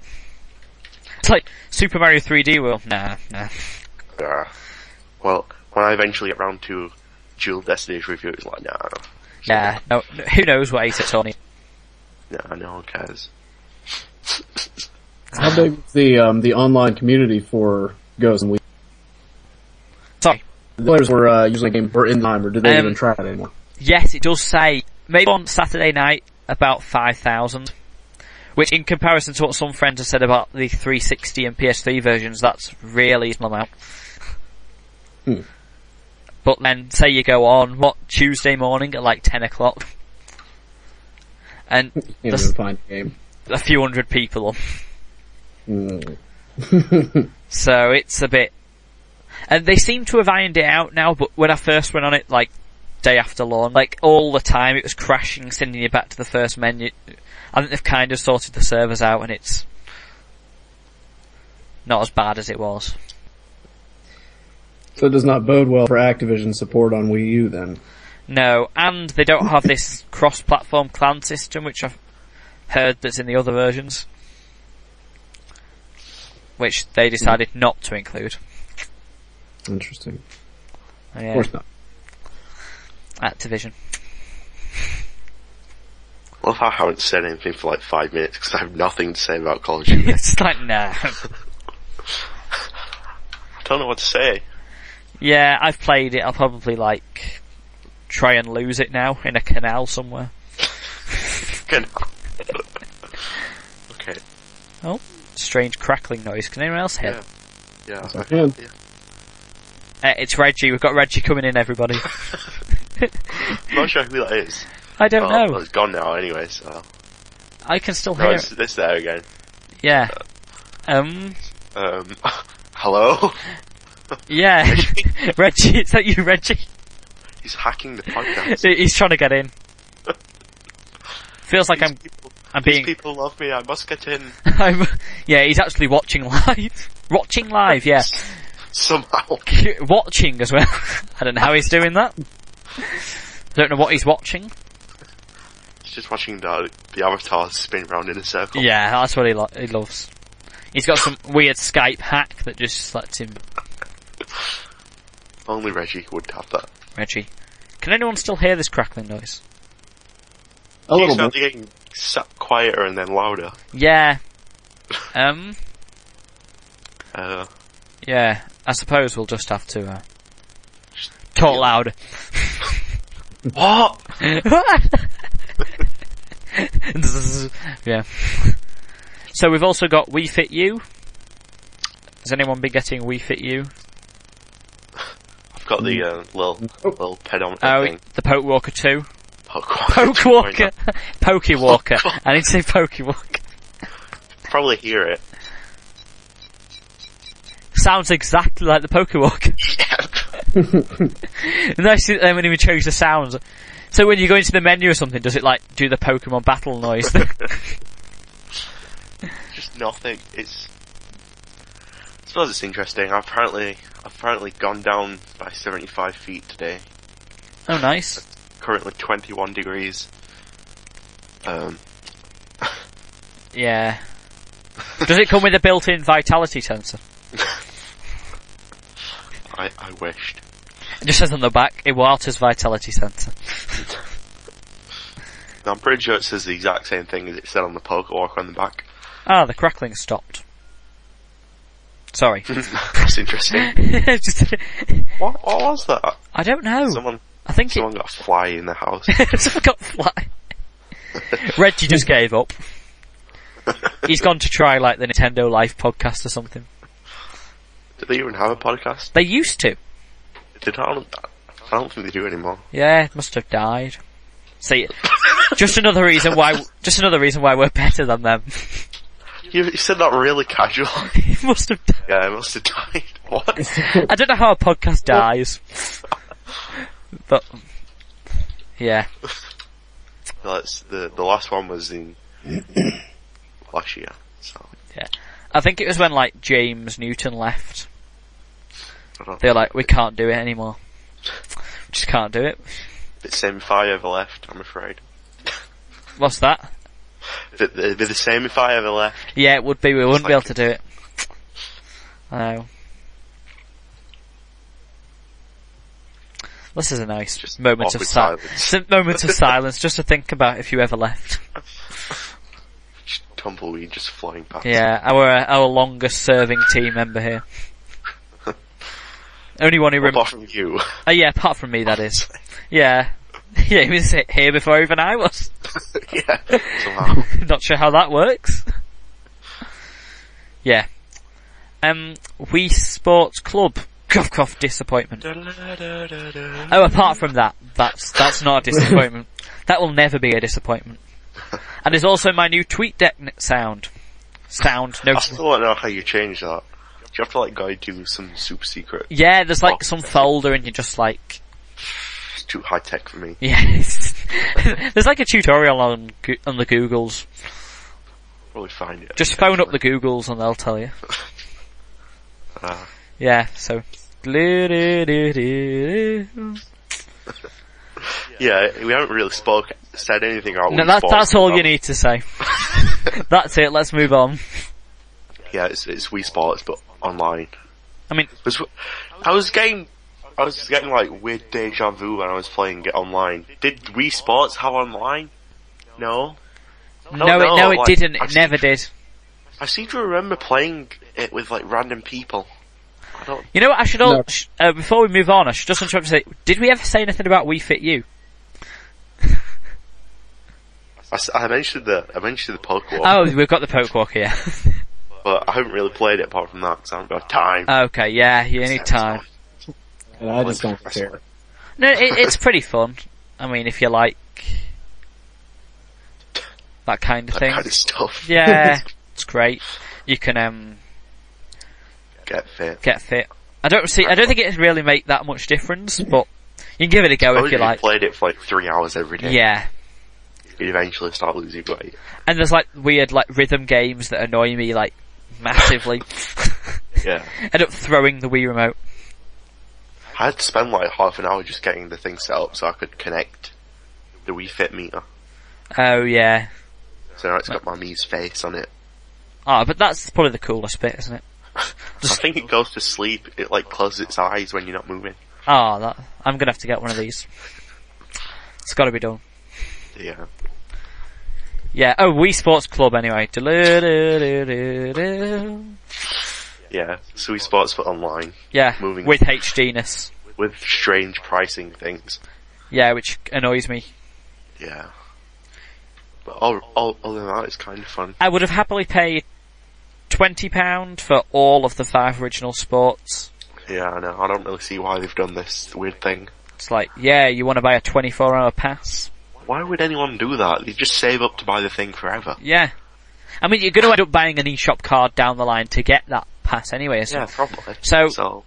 S1: It's like Super Mario 3D World. Nah, nah.
S2: Yeah. Well, when I eventually get round to Dual Destiny's review, it's like, nah,
S1: Nah. No, who knows what 8 it's on
S2: nah, no one cares.
S3: How big was the um, the online community for Ghost and Wii?
S1: Sorry.
S3: The players were uh, using the game for in time, or did they
S1: Um,
S3: even try it anymore?
S1: Yes, it does say maybe on Saturday night about five thousand, which in comparison to what some friends have said about the 360 and PS3 versions, that's really small amount.
S3: Hmm.
S1: But then say you go on what Tuesday morning at like ten o'clock, and
S3: You know,
S1: That's-
S3: to find the game.
S1: a few hundred people on.
S3: Mm.
S1: So it's a bit, and they seem to have ironed it out now, but when I first went on it, like, day after launch, like, all the time it was crashing, sending you back to the first menu. I think they've kind of sorted the servers out and it's not as bad as it was.
S3: So it does not bode well for Activision support on Wii U then.
S1: No, and they don't have this cross-platform clan system, which I've heard that's in the other versions. Which they decided not to include.
S3: Interesting.
S1: Yeah,
S3: Of course not.
S1: Activision. <laughs>
S2: Well, I haven't said anything for like five minutes because I have nothing to say about Call of Duty.
S1: it's like, no.
S2: I don't know what to say.
S1: <laughs> Yeah, I've played it. I'll probably like try and lose it now in a canal somewhere.
S2: Good. <laughs> okay.
S1: Oh, strange crackling noise. Can anyone else hear?
S2: Yeah.
S3: Yeah.
S1: Uh, it's Reggie. We've got Reggie coming in. Everybody.
S2: I'm not sure who that is.
S1: I don't
S2: oh,
S1: know.
S2: Well, it's gone now anyway, so.
S1: I can still
S2: No,
S1: hear.
S2: it's,
S1: it.
S2: it's there again.
S1: Yeah. Um.
S2: Um, <laughs> hello? <laughs>
S1: Yeah. <laughs> Reggie, is that you, Reggie?
S2: He's hacking
S1: <laughs>
S2: the podcast.
S1: He- He's trying to get in. Feels like
S2: These
S1: I'm.
S2: people-
S1: I'm
S2: These
S1: being.
S2: people love me, I must get in.
S1: <laughs>
S2: <laughs>
S1: I'm. Yeah, he's actually watching live. <laughs> Watching live. Yeah.
S2: Somehow.
S1: <laughs> watching as well. I don't know how he's doing that. Don't know what he's watching.
S2: He's just watching the, the avatars spin round in a circle.
S1: Yeah, that's what he, lo- he loves. He's got <laughs> some weird Skype hack that just lets him,
S2: Only Reggie would have that.
S1: Reggie. Can anyone still hear this crackling noise?
S3: A
S2: He's
S3: little
S2: started
S3: bit.
S2: getting sa- quieter and then louder.
S1: Yeah. Um,
S3: <laughs>
S2: Uh,
S1: yeah, I suppose we'll just have to, uh, talk <laughs> louder.
S2: what?
S1: yeah. So we've also got We Fit You. Has anyone been getting We Fit You?
S2: I've got the uh, little, little pedometer
S1: Oh,
S2: thing.
S1: the Poke Walker 2.
S2: Poke
S1: <laughs> Poke Walker. Pokey Walker. I need to say Pokey Walker.
S2: <laughs> Probably hear it.
S1: Sounds exactly like the Pokey <laughs> Walker. <laughs> Nice that they haven't even chose the sounds. So when you go into the menu or something, does it like do the Pokemon battle <laughs> noise?
S2: just nothing. It's. I suppose it's interesting. I've apparently, I've apparently gone down by 75 feet today.
S1: oh, nice.
S2: Currently 21 degrees. Um,
S1: Yeah. Does it come with a built-in vitality sensor?
S2: I, I wished.
S1: It just says on the back, Iwata's vitality sensor.
S2: No, I'm pretty sure it says the exact same thing as it said on the poker walk on the back.
S1: Ah, the crackling stopped. Sorry. <laughs>
S2: That's interesting.
S1: Just-
S2: What, what was that?
S1: I don't know.
S2: Someone,
S1: I think it
S2: someone got a fly in the house.
S1: <laughs> someone got fly. Reggie just gave up. He's gone to try like the Nintendo Life podcast or something.
S2: Do they even have a podcast?
S1: They used to.
S2: They don't, I don't think they do anymore.
S1: Yeah, it must have died. See, just another reason why, just another reason why we're better than them. <laughs>
S2: You, you said that really casual. <laughs>
S1: it must have. Died.
S2: yeah, it must have died. What?
S1: I don't know how a podcast dies, but yeah,
S2: That's the the last one was in <clears throat> last year. So
S1: I think it was when like James Newton left.
S2: I don't
S1: They're like, we can't do it anymore. We just can't do it.
S2: the same if I ever left. I'm afraid.
S1: What's that?
S2: Th- It'd be the same if I ever left.
S1: Yeah, it would be. We wouldn't be able
S2: like-
S1: to do it. I know. This is a nice
S2: Just
S1: moment of
S2: awkward
S1: silence. <laughs>
S2: silence. <laughs>
S1: It's a moment of silence just to think about if you ever left.
S2: Just Tumbleweed just flying past.
S1: Yeah, our our longest serving team member
S2: <laughs>
S1: here. Only one who rem-
S2: Apart from you. <laughs>
S1: uh, yeah, apart from me, that is. Yeah, <laughs> yeah, he was here before even I was.
S2: yeah. Somehow.
S1: Not sure how that works. <laughs> yeah. Um, Wii Sports Club. <laughs> Cough cough disappointment. Oh, apart from that, that's that's not a disappointment. that will never be a disappointment. And there's also my new tweet deck n- sound. Sound no.
S2: I still don't know how you change that. Do you have to like go do some super secret?
S1: Yeah, there's like
S2: Oh.
S1: some folder and you're just like, <laughs>
S2: It's too high tech for me.
S1: yeah. it's- <laughs> there's like a tutorial on Goo- on the Googles.
S2: Probably find it.
S1: Just phone up the Googles and they'll tell you.
S2: Ah.
S1: Yeah,
S2: <laughs>
S1: so. No,
S2: Yeah, we haven't really spoke said anything about. Wii
S1: that,
S2: Sports
S1: that's all
S2: about-
S1: you need to say. <laughs> that's it, let's move on.
S2: Yeah, it's it's Wii Sports but online.
S1: I mean,
S2: 'Cause I was getting, I was getting like weird deja vu when I was playing it online. Did Wii Sports have online? No. Oh,
S1: no, it, no, it
S2: like,
S1: didn't,
S2: I've
S1: it never did.
S2: I seem to remember playing it with like random people. I don't.
S1: You know what, I should all,
S3: No.
S1: sh- uh, before we move on, I should just interrupt and say, did we ever say anything about We Fit You?
S2: I, s- I mentioned the I mentioned the Pokemon,
S1: Oh, we've got the poke walker, yeah.
S2: but I haven't really played it apart from that because I haven't got time.
S1: <laughs> okay, yeah, you need time.
S3: And I just don't care.
S1: No, it, it's pretty fun. I mean, if you
S2: <laughs>
S1: like that kind of
S2: That
S1: thing,
S2: kind of stuff.
S1: yeah, <laughs> it's great. You can um
S2: <laughs> Get fit.
S1: get fit. I don't see. I don't think it really make that much difference, but you can give it a
S2: I
S1: go Oh, if
S2: would
S1: you
S2: have
S1: like.
S2: played it for like three hours every day.
S1: Yeah,
S2: You'd eventually start losing weight.
S1: and there's like weird like rhythm games that annoy me like massively. <laughs>
S2: Yeah.
S1: End up throwing the Wii remote.
S2: I had to spend like half an hour just getting the thing set up so I could connect the Wii Fit meter.
S1: Oh yeah.
S2: So now it's got my Mii's face on it.
S1: Ah, but that's probably the coolest bit, isn't it?
S2: I think it goes to sleep. It like closes its eyes when you're not moving.
S1: Ah, that I'm gonna have to get one of these. It's got to be done.
S2: Yeah.
S1: Yeah. Oh, Wii Sports Club. Anyway. Du-lu-lu-lu-lu-lu.
S2: Yeah. So Wii Sports but online
S1: Yeah.
S2: Moving.
S1: With HDness.
S2: with strange pricing things.
S1: Yeah, which annoys me.
S2: Yeah. But all, all, other than that, it's kind of fun.
S1: I would have happily paid twenty pound for all of the five original sports.
S2: Yeah, I know. I don't really see why they've done this weird thing.
S1: It's like, yeah, you want to buy a twenty-four hour pass?
S2: Why would anyone do that? They just save up to buy the thing forever.
S1: Yeah. I mean, you're going to end up buying an eShop card down the line to get that pass anyway. So,
S2: Yeah, probably.
S1: So-
S2: so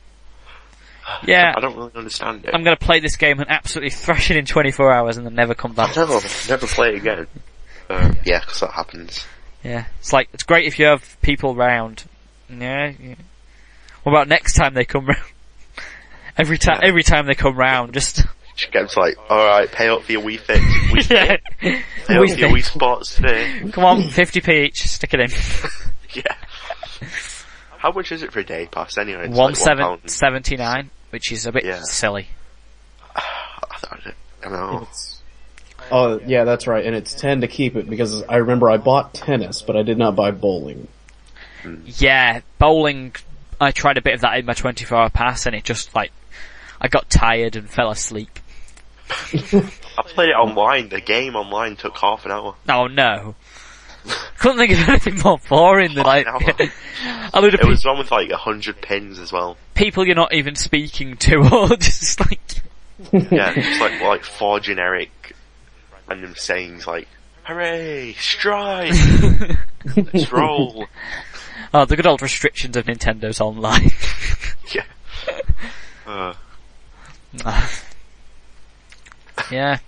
S1: yeah, Um,
S2: I don't really understand it.
S1: I'm going to play this game and absolutely thrash it in 24 hours and then never come
S2: <laughs>
S1: back.
S2: Never, never play it again. Uh, yeah, 'cause that happens.
S1: Yeah, it's like it's great if you have people round. Yeah. yeah. What about next time they come <laughs> round? Every time, every time they come round,
S2: <laughs>
S1: just
S2: She gets like, alright, pay up for your
S1: <laughs>
S2: Wii Fit. Wii Fit.
S1: yeah.
S2: Pay up for your Wii Sports today.
S1: <laughs> Come on, 50p each, stick it in.
S2: Yeah. How much is it for a day pass anyway? It's
S1: One
S2: like
S1: seven
S2: pound.
S1: seventy nine, which is a bit
S2: Yeah.
S1: silly.
S2: I know.
S3: Oh yeah, that's right. And it's ten to keep it because I remember I bought tennis, but I did not buy bowling.
S1: Yeah, bowling. I tried a bit of that in my 24 hour pass, and it just like I got tired and fell asleep.
S2: I played it online. The game online took half an hour.
S1: Oh no! <laughs> Couldn't think of <laughs> anything more boring than like
S2: no.
S1: <laughs> a load of
S2: It
S1: pe-
S2: was one with like a hundred pins as well.
S1: people you're not even speaking to, <laughs> or just like <laughs>
S2: Yeah, it's like like four generic random sayings like "Hooray,
S1: <laughs>
S2: strike, let's roll."
S1: Oh, the good old restrictions of Nintendo's online. <laughs>
S2: Yeah. Uh,
S1: yeah.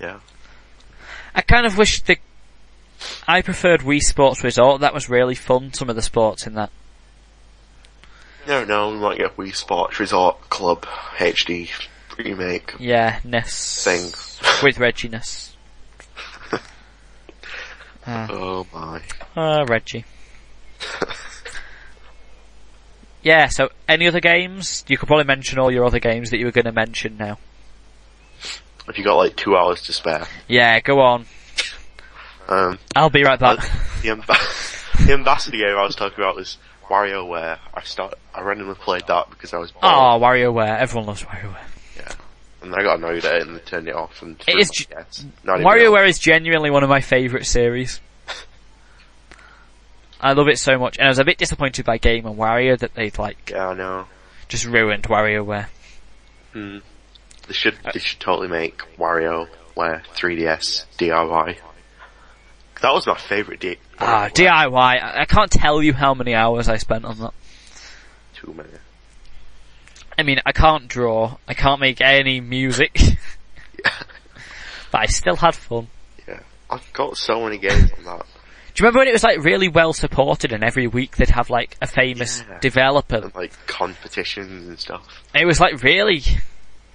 S2: yeah.
S1: I kind of wish the, I preferred Wii Sports Resort, that was really fun, some of the sports in that.
S2: No, no, we might get Wii Sports Resort Club HD remake
S1: Yeah, Ness.
S2: thing.
S1: With Reggie Ness. Hmm.
S2: Oh my.
S1: Ah, Reggie. yeah, so any other games? You could probably mention all your other games that you were gonna mention now.
S2: If you got like two hours to spare,
S1: Yeah, go on.
S2: Um,
S1: I'll be right back.
S2: the, amb- <laughs> the ambassador game I was talking about was WarioWare. I start, I randomly played that because I was bored,
S1: Oh, WarioWare. Everyone loves WarioWare.
S2: and I got annoyed at it and turned it off. And
S1: It is
S2: threw
S1: ge-
S2: my guess. E Not even know.
S1: WarioWare is genuinely one of my favourite series. I love it so much, and I was a bit disappointed by Game and Wario that they'd like
S2: Yeah, I know.
S1: just ruined WarioWare.
S2: They should they should totally make WarioWare 3DS DIY. That was my favorite D.
S1: Ah,
S2: WarioWare.
S1: DIY. I I can't tell you how many hours I spent on that.
S2: Too many.
S1: I mean, I can't draw. I can't make any music. <laughs> but I still had fun.
S2: Yeah, I've got so many games on that.
S1: Do you remember when it was like really well supported and every week they'd have like a famous
S2: Yeah.
S1: developer?
S2: and like competitions and stuff.
S1: It was like really,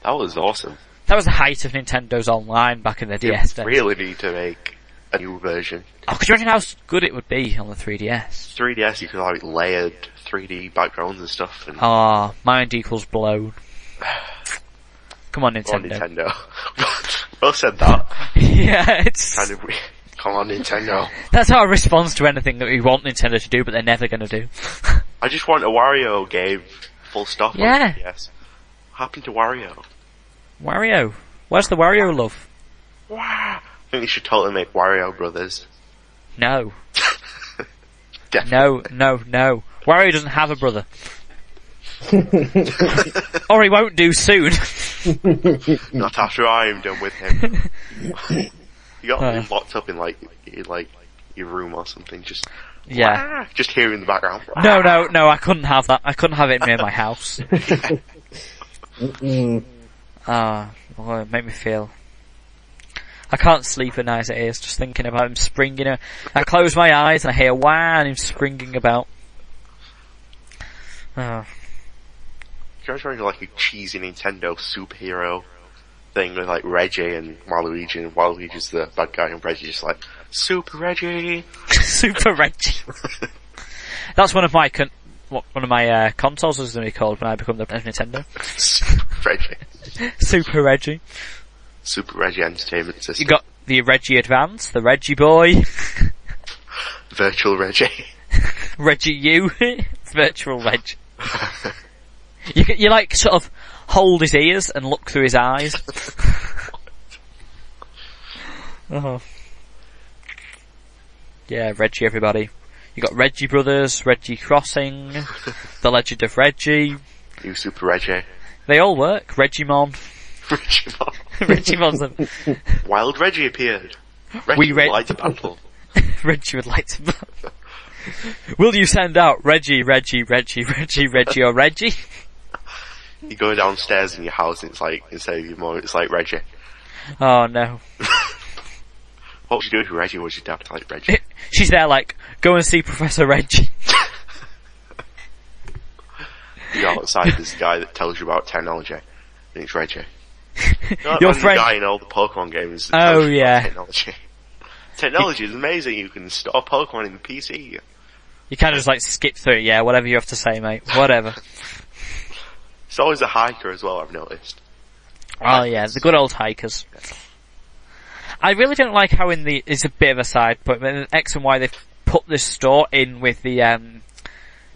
S2: That was awesome.
S1: that was the height of Nintendo's online back in the
S2: They
S1: DS days.
S2: really need to make a new version.
S1: Oh, could you imagine how good it would be on the 3DS?
S2: 3DS, you can like layered 3D backgrounds and stuff. And
S1: Ah, mind equals blown. <sighs> Come on,
S2: come on,
S1: Nintendo.
S2: Nintendo. <laughs> well said that.
S1: <laughs> yeah, it's
S2: Kind of weird. Come on, Nintendo.
S1: that's our response to anything that we want Nintendo to do, but they're never going to do.
S2: I just want a Wario game. Full stop.
S1: Yeah.
S2: Yes. Happened to Wario.
S1: Wario, where's the Wario love?
S2: Wow. I think they should totally make Wario Brothers.
S1: No,
S2: Definitely.
S1: no, no, no. Wario doesn't have a brother, or he won't do soon. <laughs> Mm.
S2: Not after I'm done with him.
S1: <laughs>
S2: <laughs> you got him
S1: Huh.
S2: locked up in like, in, like your room or something. Just
S1: yeah.
S2: "Wah!" <laughs> just hear in the background.
S1: <laughs> No, no, no. I couldn't have that. I couldn't have it near my house.
S3: Mm.
S1: Ah, well, it made me feel. I can't sleep at night as it is, just thinking about him springing. a- I close my eyes and I hear wah and him springing about. Oh,
S2: You're trying to like a cheesy Nintendo superhero thing with like Reggie and Waluigi, and Waluigi's the bad guy, and Reggie's just like Super Reggie.
S1: <laughs> super Reggie. That's one of my con- what, one of my uh, consoles is going to be called when I become the president of Nintendo.
S2: Reggie.
S1: Super Reggie.
S2: Super Reggie Entertainment System.
S1: You got the Reggie Advance, the Reggie Boy, <laughs>
S2: Virtual Reggie. <laughs>
S1: Reggie U, <laughs> Virtual Reggie. You c- you like sort of hold his ears and look through his eyes. oh. Yeah, Reggie everybody. You got Reggie Brothers, Reggie Crossing, The Legend of Reggie.
S2: New Super Reggie.
S1: They all work. <laughs> Regimon.
S2: Reggie Bob.
S1: Regimon's a,
S2: Wild Reggie appeared. Reggie
S1: We re-
S2: liked battle.
S1: Reggie would like to <laughs> Will you send out Reggie, Reggie, Reggie, Reggie, Reggie or Reggie?
S2: You go downstairs in your house and it's like, instead of your mom, it's like Reggie.
S1: Oh no. <laughs>
S2: What would you do if Reggie was your dad? Like Reggie.
S1: She's there like, go and see Professor Reggie. <laughs>
S2: You go outside, there's a guy that tells you about technology. And it's
S1: <laughs>
S2: Reggie. Not
S1: Your
S2: only
S1: friend-
S2: the guy in all the Pokemon games. that
S1: Oh,
S2: tells you about
S1: yeah.
S2: Technology. <laughs> Technology is amazing. You can store Pokemon in the PC.
S1: You kind of just like skip through it, yeah, whatever you have to say mate, whatever.
S2: It's always a hiker as well. I've noticed.
S1: Oh yeah, the good old hikers. I really don't like how in the, it's a bit of a side point, but in X and Y they've put this store in with the, um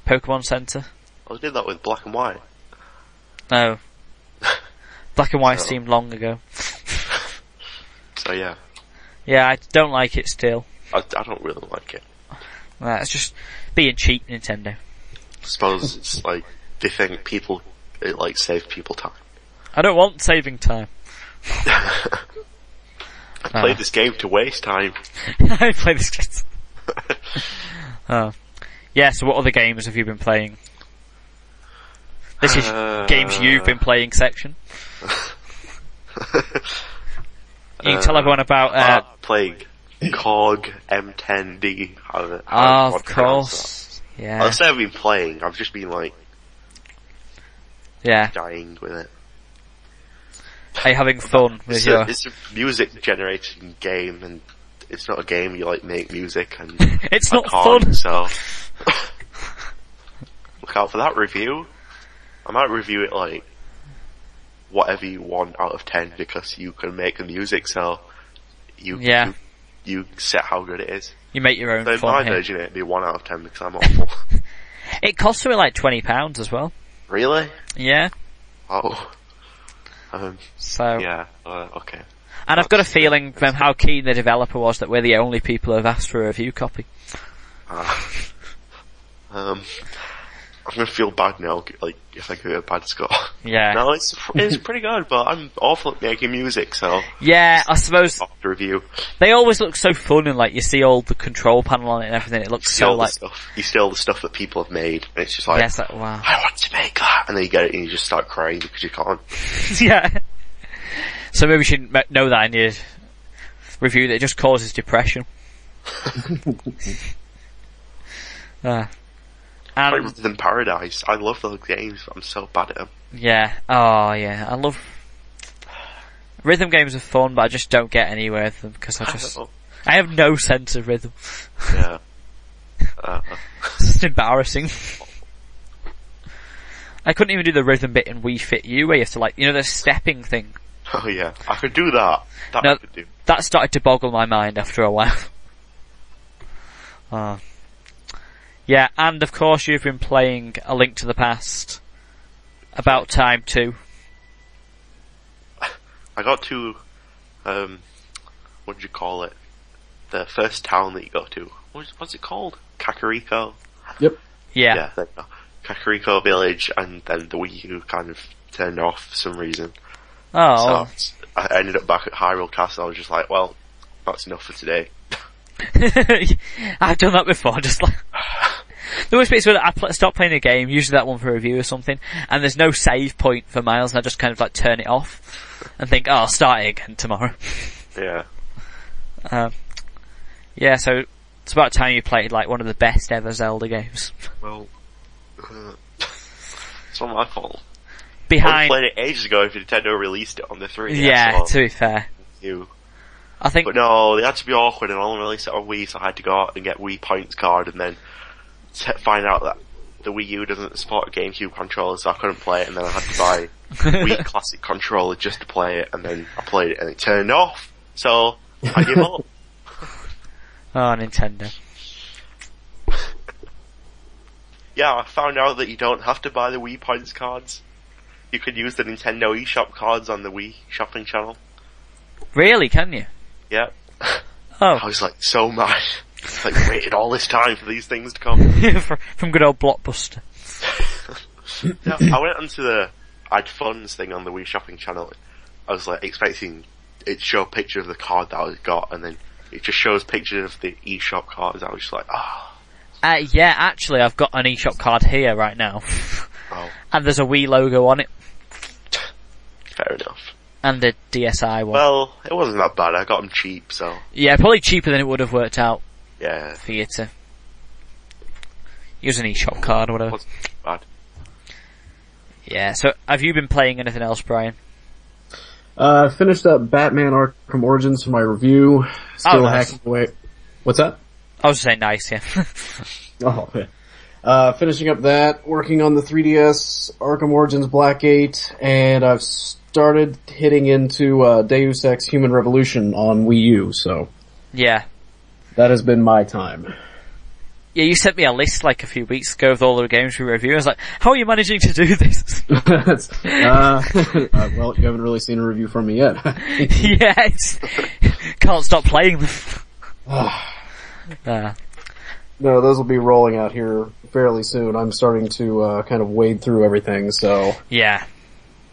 S1: Pokemon Center.
S2: I did that with Black and White.
S1: No. Black and White seemed long ago.
S2: So yeah,
S1: Yeah, I don't like it still.
S2: I, I don't really like it.
S1: Uh, it's just being cheap, Nintendo.
S2: I suppose it's like they think people it like save people time.
S1: I don't want saving time. Uh-huh.
S2: I <laughs> Play this game to waste time.
S1: <laughs> I play this game. <laughs> oh. Yeah, so what other games have you been playing? This is
S2: Uh,
S1: games you've been playing
S2: <laughs>
S1: section. you can tell everyone about, uh,
S2: Uh, playing Cog M10D. however- however
S1: of
S2: you pronounce that.
S1: course. Yeah.
S2: I'll say I've been playing. I've just been like
S1: yeah.
S2: dying with it.
S1: Are you having fun with
S2: It's,
S1: your...
S2: a, it's a music generating game, and it's not a game you like make music and.
S1: <laughs> It's
S2: I
S1: not
S2: can't,
S1: fun!
S2: So <laughs> look out for that review. I might review it like whatever you want out of ten because you can make the music. So you
S1: Yeah.
S2: you you set how good it is.
S1: You make your own
S2: So in
S1: form
S2: my
S1: here.
S2: version, it'd be one out of ten because I'm awful. <laughs>
S1: It costs me like twenty pounds as well.
S2: really?
S1: Yeah.
S2: Oh. Um,
S1: So,
S2: yeah. Uh, okay.
S1: and I've got a feeling from how keen the developer was that we're the only people who've asked for a review copy.
S2: Um, I'm gonna feel bad now, like if I give it a bad score.
S1: Yeah.
S2: <laughs> No, it's it's pretty good, but I'm awful at making music, so
S1: Yeah, I suppose
S2: after review,
S1: they always look so fun and like you see all the control panel on it and everything. It looks
S2: see
S1: so
S2: all the
S1: like
S2: stuff. You see all the stuff that people have made, and it's just like,
S1: yes, like,
S2: <laughs>
S1: wow. <laughs>
S2: I want to make that, and then you get it, and you just start crying because you can't.
S1: yeah. So maybe we should m- know that in your review that it just causes depression. Ah.
S2: Like
S1: and
S2: Rather than Paradise, I love those games, but I'm so bad at them.
S1: yeah, oh yeah, I love rhythm games are fun, but I just don't get anywhere with them because I just I have no sense of rhythm.
S2: <laughs>
S1: <laughs>
S2: yeah. Uh, <laughs>
S1: It's embarrassing. I couldn't even do the rhythm bit in We Fit You where you have to like, you know, the stepping thing.
S2: oh yeah, I could do that. That
S1: No.
S2: I could do.
S1: that started to boggle my mind after a while. <laughs> Uh, yeah, and of course you've been playing A Link to the Past. About time too.
S2: I got to, um, what do you call it? The first town that you go to. What's, what's it called? Kakariko.
S3: Yep.
S1: Yeah.
S2: Yeah, there you go. Kakariko Village, and then the Wii U kind of turned off for some reason.
S1: Oh.
S2: So I ended up back at Hyrule Castle. I was just like, well, that's enough for today.
S1: <laughs> I've done that before, just like... <sighs> The worst bit is when I pl- stop playing a game, usually that one for review or something, and there's no save point for Miles, and I just kind of like turn it off and think, oh, I'll start it again tomorrow. <laughs>
S2: Yeah.
S1: Yeah, so it's about time you played like one of the best ever Zelda games.
S2: Well, it's not my fault. I
S1: Behind,
S2: played it ages ago if Nintendo released it on the 3DS.
S1: yeah,
S2: or
S1: to be fair.
S2: you.
S1: I think
S2: But no, they had to be awkward and only released it on Wii, so I had to go out and get Wii Points card and then t- find out that the Wii U doesn't support GameCube controllers, so I couldn't play it, and then I had to buy Wii Classic controller just to play it, and then I played it and it turned off, so I give up.
S1: Oh, Nintendo.
S2: Yeah, I found out that you don't have to buy the Wii Points cards. You can use the Nintendo eShop cards on the Wii shopping channel.
S1: Really, can you?
S2: Yeah. I
S1: Oh,
S2: was like so mad. <laughs> It's Like waited all this time for these things to come.
S1: <laughs> fr- from good old Blockbuster.
S2: Yeah, I went onto the I'd funds thing on the Wii Shopping channel. I was like expecting it to show a picture of the card that I got, and then it just shows pictures of the eShop cards. I was just like, oh,
S1: Uh, yeah, actually, I've got an eShop card here right now, <laughs>
S2: oh
S1: and there's a Wii logo on it,
S2: fair enough.
S1: and a DSi one.
S2: Well, it wasn't that bad. I got them cheap, so
S1: yeah, probably cheaper than it would have worked out
S2: yeah,
S1: for you to use an eShop card or
S2: it
S1: whatever.
S2: wasn't bad.
S1: Yeah. So, have you been playing anything else, Brian?
S3: Uh, finished up Batman Arkham Origins for my review. Still
S1: Oh, nice.
S3: hacking away. What's that?
S1: I was just saying nice, yeah. <laughs>
S3: Oh, yeah. Uh, finishing up that, working on the 3DS Arkham Origins Blackgate, and I've started hitting into uh, Deus Ex Human Revolution on Wii U, so
S1: yeah.
S3: that has been my time.
S1: Yeah, you sent me a list like a few weeks ago of all the games we review. I was like, how are you managing to do this?
S3: <laughs>
S1: <laughs>
S3: That's- uh, <laughs> uh, well, you haven't really seen a review from me yet. <laughs>
S1: yeah, it's, <laughs> can't stop playing
S2: <sighs>
S1: them. uh,
S3: no, those will be rolling out here fairly soon. I'm starting to uh, kind of wade through everything, so
S1: yeah.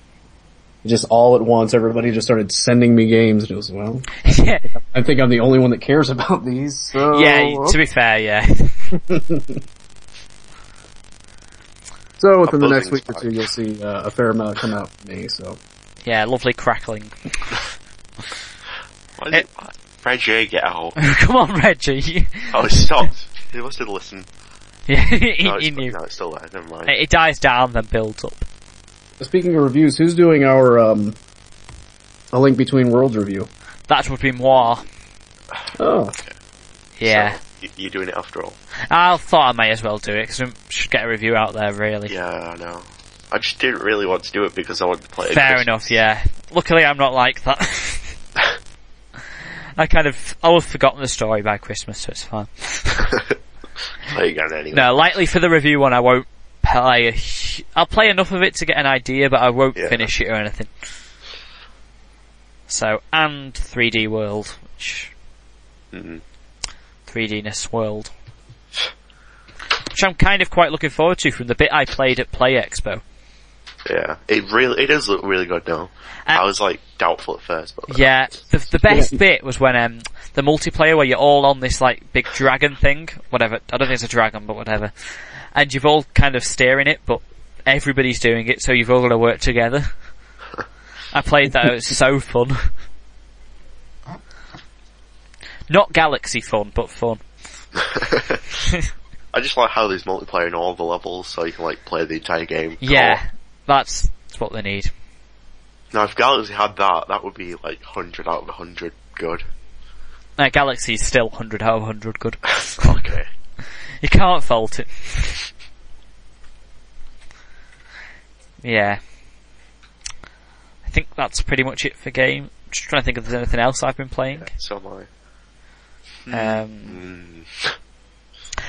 S1: <laughs>
S3: just all at once, everybody just started sending me games, and it was well.
S1: yeah.
S3: I think I'm the only one that cares <laughs> about these. So
S1: Yeah,
S2: Oh,
S1: to be fair, yeah.
S3: So within the next
S2: Opposing
S3: week or two, you'll see uh, a fair amount come out from me. So
S1: Yeah, lovely crackling. <laughs>
S2: Why
S1: Eh.
S2: did Reggie get out?
S1: Come on, Reggie. <laughs>
S2: Oh, it stopped. He must have listened.
S1: yeah, <laughs> he,
S2: No, it's,
S1: he knew. Eh,
S2: no, it's still there. Never mind.
S1: It, it dies down, then builds up.
S3: speaking of reviews, who's doing our um, a link between worlds review?
S1: That would be more.
S3: Oh,
S1: Yeah.
S2: Y- You're doing it after all.
S1: I thought I may as well do it, because we should get a review out there, really.
S2: Yeah, I know. I just didn't really want to do it because I wanted to play. it
S1: Fair
S2: Christmas.
S1: enough, yeah. Luckily I'm not like that. <laughs> I kind of, I was forgotten the story by Christmas, so it's fine.
S2: Play again anyway.
S1: No, likely for the review one, I won't play. A hu- I'll play enough of it to get an idea, but I won't
S2: Yeah.
S1: finish it or anything. So, and 3D World, which
S2: Mm.
S1: 3Dness World, which I'm kind of quite looking forward to from the bit I played at Play Expo.
S2: Yeah, it really it does look really good now. I was like doubtful at first, but
S1: Uh, Yeah, the, the best bit was when um the multiplayer where you're all on this like big dragon thing, whatever. I don't think it's a dragon, but whatever. And you've all kind of steering it, but everybody's doing it, so you've all got to work together. I played that; it was so fun. Not galaxy fun, but fun.
S2: I just like how there's multiplayer in all the levels, so you can like play the entire game.
S1: Yeah,
S2: co-op.
S1: that's, that's what they need.
S2: Now, if Galaxy had that, that would be like hundred out of hundred good.
S1: Uh, Galaxy's still 100 out of 100 good.
S2: okay.
S1: You can't fault it. yeah. I think that's pretty much it for game. Just trying to think if there's anything else I've been playing.
S2: So am I.
S1: Um,
S2: Mm.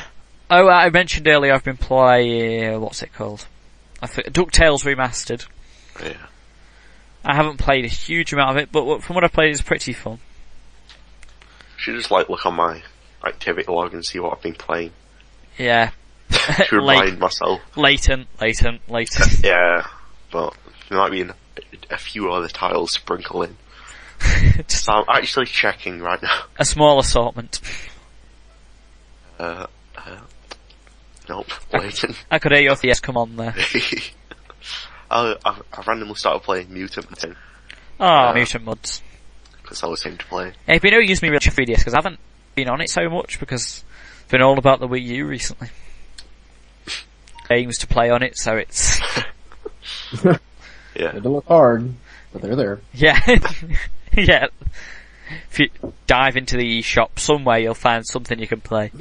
S1: oh, I mentioned earlier I've been playing, what's it called? I th- DuckTales Remastered.
S2: Yeah.
S1: I haven't played a huge amount of it, but what- from what I've played it's pretty fun.
S2: Should just like look on my activity log and see what I've been playing <laughs>
S1: Yeah. Uh,
S2: to
S1: Late,
S2: remind myself.
S1: latent, latent, latent. <laughs>
S2: Yeah, but there might be an, a few other titles sprinkled in.
S1: Just
S2: So I'm actually checking right now.
S1: a small assortment.
S2: Uh, uh,
S1: <laughs>
S2: nope, waiting.
S1: I could hear your yes come on there.
S2: <laughs> I, I, I randomly started playing Mutant Mutant
S1: Oh,
S2: Uh,
S1: Mutant Muds.
S2: because I was him to play.
S1: Yeah, It's been no use me with 3DS because I haven't been on it so much because it's been all about the Wii U recently. Games to play on it, so it's <laughs>
S2: Yeah,
S3: They don't look hard, but they're there.
S1: yeah, <laughs> yeah. If you dive into the eShop somewhere, you'll find something you can play.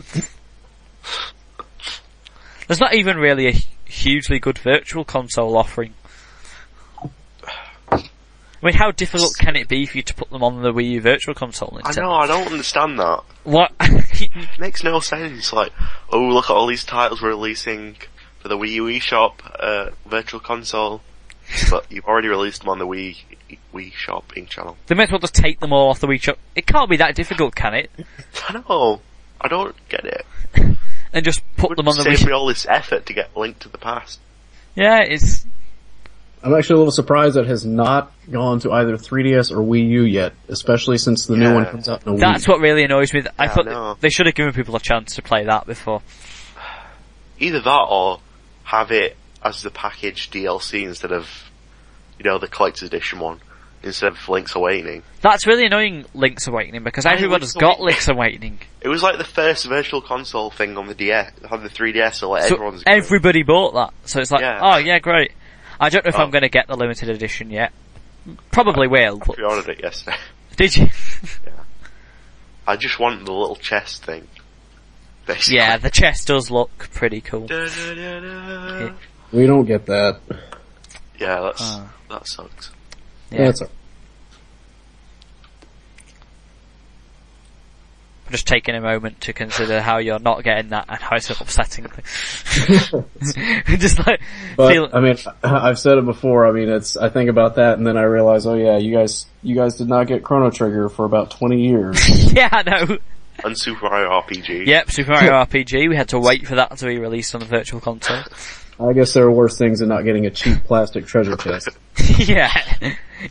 S1: There's not even really a hu- hugely good virtual console offering. I mean, how difficult can it be for you to put them on the Wii U virtual console?
S2: I know. I don't understand that.
S1: What? <laughs>
S2: makes no sense. Like, oh, look at all these titles we're releasing for the Wii U eShop, uh,
S1: <laughs>
S2: Virtual Console, but you've already released them on the Wii Wii Shop in channel.
S1: They may as well just take them all off the Wii Shop. It can't be that difficult, can it?
S2: I know. I don't get it.
S1: And just put them on the
S2: Save
S1: Wii.
S2: me all this effort to get linked to the past.
S1: Yeah, it's
S3: I'm actually a little surprised that it has not gone to either 3DS or Wii U yet, especially since the new
S2: Yeah.
S3: one comes out in a week.
S1: that's what really annoys me. I
S2: Yeah,
S1: thought
S2: I know.
S1: they should have given people a chance to play that before.
S2: Either that or have it as the package DLC instead of, you know, the collector's edition one instead of Link's Awakening.
S1: That's really annoying. Link's Awakening because everyone's
S2: Link's
S1: got
S2: Awakening.
S1: Link's
S2: <laughs>
S1: Awakening,
S2: It was like the first Virtual Console thing on the DS, on the 3DS, so like
S1: so
S2: everyone's
S1: everybody bought that. So it's like,
S2: Yeah.
S1: oh yeah, great. I don't know if
S2: Oh.
S1: I'm going to get the limited edition yet. Probably will. But
S2: pre-ordered it yesterday.
S1: did you?
S2: <laughs>
S1: <laughs>
S2: I just want the little chest thing. Basically.
S1: yeah, the chest does look pretty cool.
S2: Da, da, da, da.
S1: Yeah.
S3: we don't get that.
S2: <laughs> Yeah, that's
S1: Ah.
S2: that sucks.
S1: Yeah.
S3: That's all.
S1: I'm just taking a moment to consider how you're not getting that and how it's upsetting. <laughs> just like
S3: But um,
S1: feel,
S3: I mean, <laughs> I- I've said it before. I mean, it's I think about that, and then I realize, oh yeah, you guys, you guys did not get Chrono Trigger for about 20
S1: <laughs>
S3: years.
S1: yeah, I know.
S2: And Super Mario RPG.
S1: Yep, Super Mario RPG. We had to wait for that to be released on the Virtual Console.
S3: I guess there are worse things than not getting a cheap plastic treasure chest.
S1: yeah,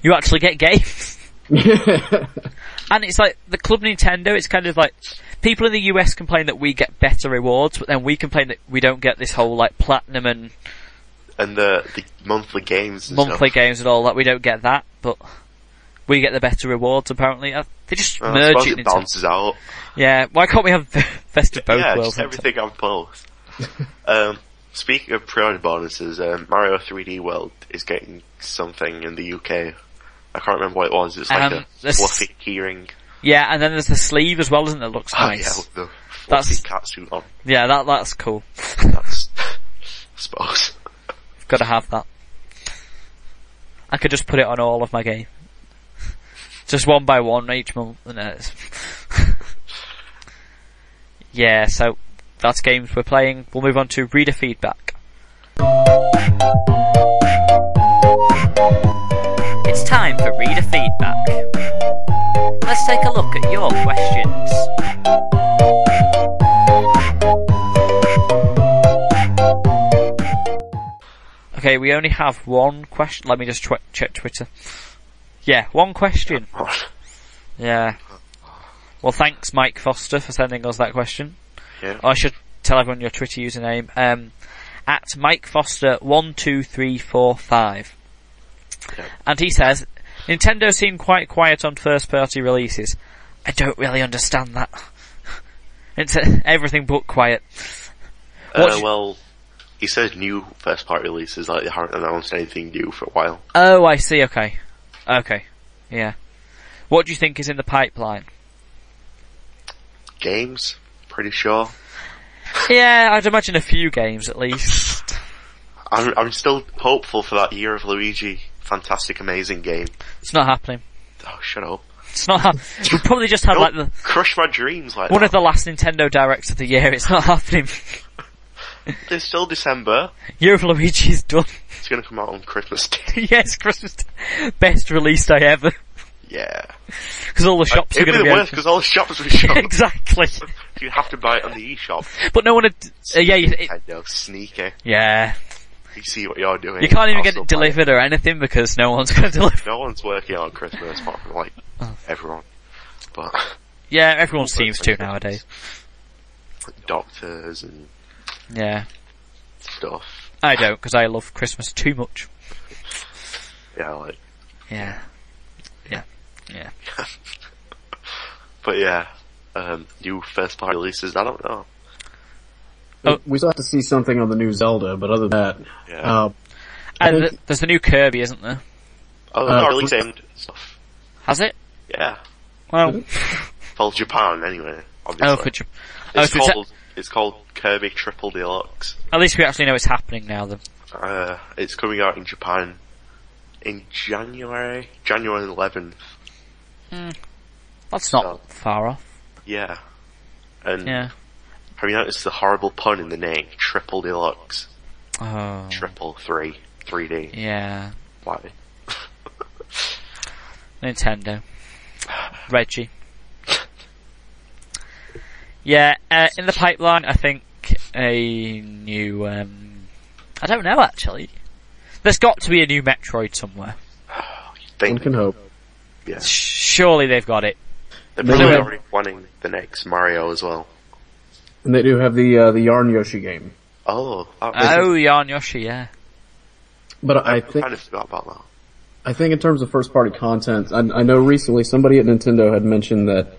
S1: you actually get games, and it's like the Club Nintendo. It's kind of like people in the US complain that we get better rewards, but then we complain that we don't get this whole like platinum and
S2: <laughs> And the the monthly games. And
S1: monthly
S2: stuff.
S1: games and all that. We don't get that, but we get the better rewards. Apparently, Uh, they just
S2: Well, Oh, I
S1: merge
S2: suppose
S1: it.
S2: it
S1: Into,
S2: balances out.
S1: yeah, why can't we have the best of both
S2: yeah,
S1: worlds?
S2: just everything on
S1: <laughs>
S2: both. um, speaking of pre-order bonuses, um, Mario 3D World is getting something in the UK. I can't remember what it was. It's like
S1: Um,
S2: a
S1: this-
S2: fluffy keyring.
S1: Yeah, and then there's the sleeve as well, isn't it? Looks
S2: Oh,
S1: nice.
S2: yeah, with the fluffy
S1: That's-
S2: cat suit on.
S1: Yeah, that that's cool.
S2: That's, <laughs> I suppose.
S1: Gotta have that. I could just put it on all of my game. <laughs> Just one by one each month. No, it's- <laughs> yeah, so that's games we're playing. We'll move on to reader feedback.
S5: It's time for reader feedback. Let's take a look at your questions.
S1: Okay, we only have one question. Let me just tw- check Twitter. Yeah, one question. Yeah. Well, thanks, Mike Foster, for sending us that question.
S2: yeah. Uh,
S1: I should tell everyone your Twitter username. Um, at Mike Foster one two three four five, and he says Nintendo seem quite quiet on first party releases. I don't really understand that. <laughs> it's uh, everything but quiet. What
S2: Uh,
S1: you-
S2: well, he says new first party releases, like they haven't announced anything new for a while.
S1: Oh, I see. Okay, okay, yeah. What do you think is in the pipeline?
S2: Games, pretty sure.
S1: Yeah, I'd imagine a few games at least.
S2: I'm, I'm still hopeful for that Year of Luigi fantastic, amazing game.
S1: It's not happening.
S2: Oh, shut up.
S1: It's not. hap we probably just had like
S2: Don't
S1: the
S2: crush my dreams like
S1: one
S2: that.
S1: of the last Nintendo directs of the year. It's not happening.
S2: It's still December.
S1: Year of Luigi's done. <laughs>
S2: It's gonna come out on Christmas Day. <laughs>
S1: yes, Christmas Day. best release day ever
S2: Yeah.
S1: because all the shops are
S2: It'd
S1: going
S2: be
S1: to
S2: the
S1: be
S2: worst
S1: open.
S2: because all the
S1: <laughs>
S2: shops we shop.
S1: exactly.
S2: you have to buy it on the eShop.
S1: But no one. Had, uh, yeah, you, it,
S2: Nintendo, sneaky.
S1: yeah.
S2: You see what you're doing.
S1: You can't even
S2: I'll
S1: get
S2: still
S1: it
S2: buy
S1: delivered or anything because no one's going to <laughs> deliver.
S2: No one's working on Christmas apart from like
S1: Oh.
S2: everyone. But
S1: Yeah, everyone seems to
S2: Christmas.
S1: nowadays.
S2: doctors and
S1: Yeah,
S2: stuff.
S1: I don't because I love Christmas too much.
S2: Yeah, like.
S1: Yeah.
S2: But yeah, um, new first party releases. I don't know.
S1: Oh.
S3: We still have to see something on the new Zelda, but other than that,
S2: Yeah.
S3: uh, I
S1: And
S3: think-
S1: th- there's the new Kirby, isn't there?
S2: oh, they're
S3: uh,
S2: not releasing
S3: we-
S2: stuff.
S1: Has it?
S2: Yeah,
S1: Well,
S2: for Japan anyway. Obviously.
S1: oh, for Jap- oh,
S2: it's
S1: so it's a-
S2: called it's called Kirby Triple Deluxe.
S1: at least we actually know it's happening now. Then.
S2: Uh, it's coming out in Japan in January, January 11th.
S1: That's not
S2: Oh.
S1: far off.
S2: Yeah. And
S1: Yeah.
S2: have you noticed the horrible pun in the name? Triple Deluxe.
S1: Oh.
S2: Triple three. 3D.
S1: Yeah.
S2: Why?
S1: Nintendo. Reggie. Yeah, uh, in the pipeline, I think a new. Um, I don't know actually. There's got to be a new Metroid somewhere.
S3: one
S2: Think
S3: can hope.
S2: yeah.
S1: Surely they've got it.
S2: They're probably
S3: No.
S2: already planning the next Mario as well.
S3: And they do have the uh, the Yarn Yoshi game,
S2: Oh, that was,
S1: Oh, Yarn Yoshi, yeah.
S3: but I think
S2: kind of forgot about that.
S3: I think in terms of first party content, I, I know recently somebody at Nintendo had mentioned that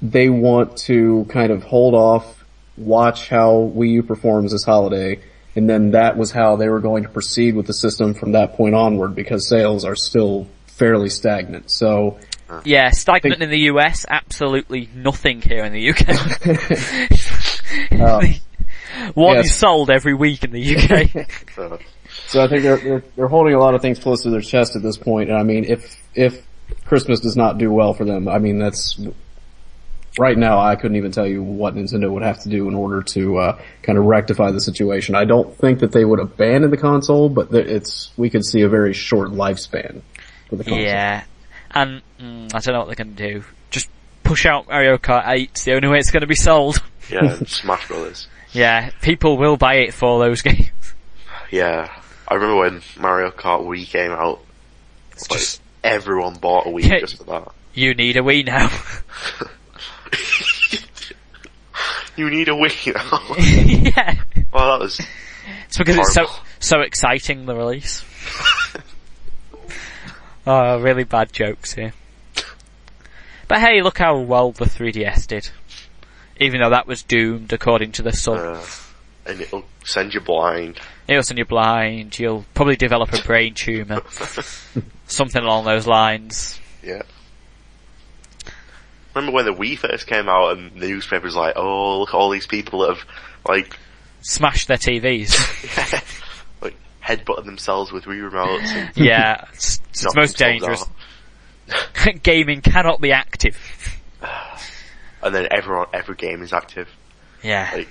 S3: they want to kind of hold off, watch how Wii U performs this holiday, and then that was how they were going to proceed with the system from that point onward because sales are still fairly stagnant. So
S1: Yeah, stagnant in the US, absolutely nothing here in <laughs> the UK. One
S3: yes.
S1: is sold every week in the UK.
S2: So,
S3: So I think they're, they're they're holding a lot of things close to their chest at this point. And I mean, if if Christmas does not do well for them, I mean that's right now. I couldn't even tell you what Nintendo would have to do in order to uh, kind of rectify the situation. I don't think that they would abandon the console, but that it's we could see a very short lifespan for the console.
S1: Yeah, and mm, I don't know what they're going to do. Just push out Mario Kart 8. It's the only way it's going to be sold.
S2: yeah, <laughs> and Smash Brothers.
S1: Yeah, people will buy it for those games.
S2: Yeah. I remember when Mario Kart Wii came out.
S1: It's
S2: Like,
S1: just
S2: everyone bought a Wii
S1: Yeah.
S2: just for that.
S1: you need a Wii now. <laughs>
S2: You need a Wii <laughs> now.
S1: <laughs> yeah,
S2: well, that was
S1: it's because it's so
S2: Horrible.
S1: so exciting the release. <laughs> oh, really bad jokes here. But hey, look how well the 3DS did. Even though that was doomed according to the sun.
S2: Uh, and it'll send you blind.
S1: Nielsen, you're blind. You'll probably develop a brain
S2: <laughs>
S1: tumour. Something along those lines.
S2: Yeah. Remember when the Wii first came out and the newspaper was like, oh, look, all these people that have,
S1: <laughs>
S2: like,
S1: Smash their TVs.
S2: <laughs> like headbutted themselves with Wii remotes and
S1: yeah, it's, it's
S2: knocked
S1: most dangerous.
S2: themselves
S1: <laughs>
S2: out.
S1: gaming cannot be active.
S2: and then everyone, every game is active.
S1: Yeah.
S2: Like,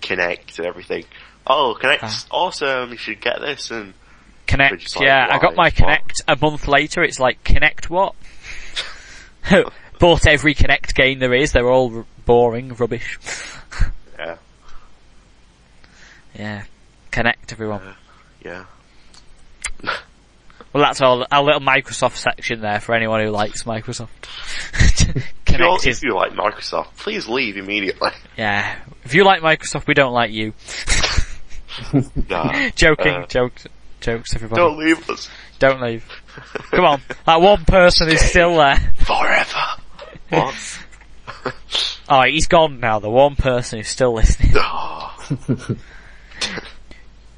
S2: Connect and everything. Oh,
S1: Ah.
S2: Connect's awesome, you should get this, and Which
S1: Connect,
S2: is like,
S1: yeah. I got
S2: why?
S1: my
S2: What?
S1: Connect a month later. It's like, Connect what? <laughs> Bought every Connect game there is. They're all r- boring, rubbish.
S2: yeah,
S1: yeah. Connect everyone.
S2: yeah.
S1: Well, that's our, our little Microsoft section there for anyone who likes Microsoft. <laughs>
S2: If you, all-
S1: Connect
S2: if
S1: is,
S2: you like Microsoft, please leave immediately. <laughs>
S1: yeah. If you like Microsoft, we don't like you. <laughs>
S2: nah,
S1: Joking,
S2: Uh,
S1: jokes, jokes, everybody.
S2: don't leave us
S1: Don't
S2: <laughs>
S1: leave. Come on. That one person is still there.
S2: forever.
S1: <laughs>
S2: What?
S1: Oh, he's gone now. The one person who's still listening.
S2: Oh,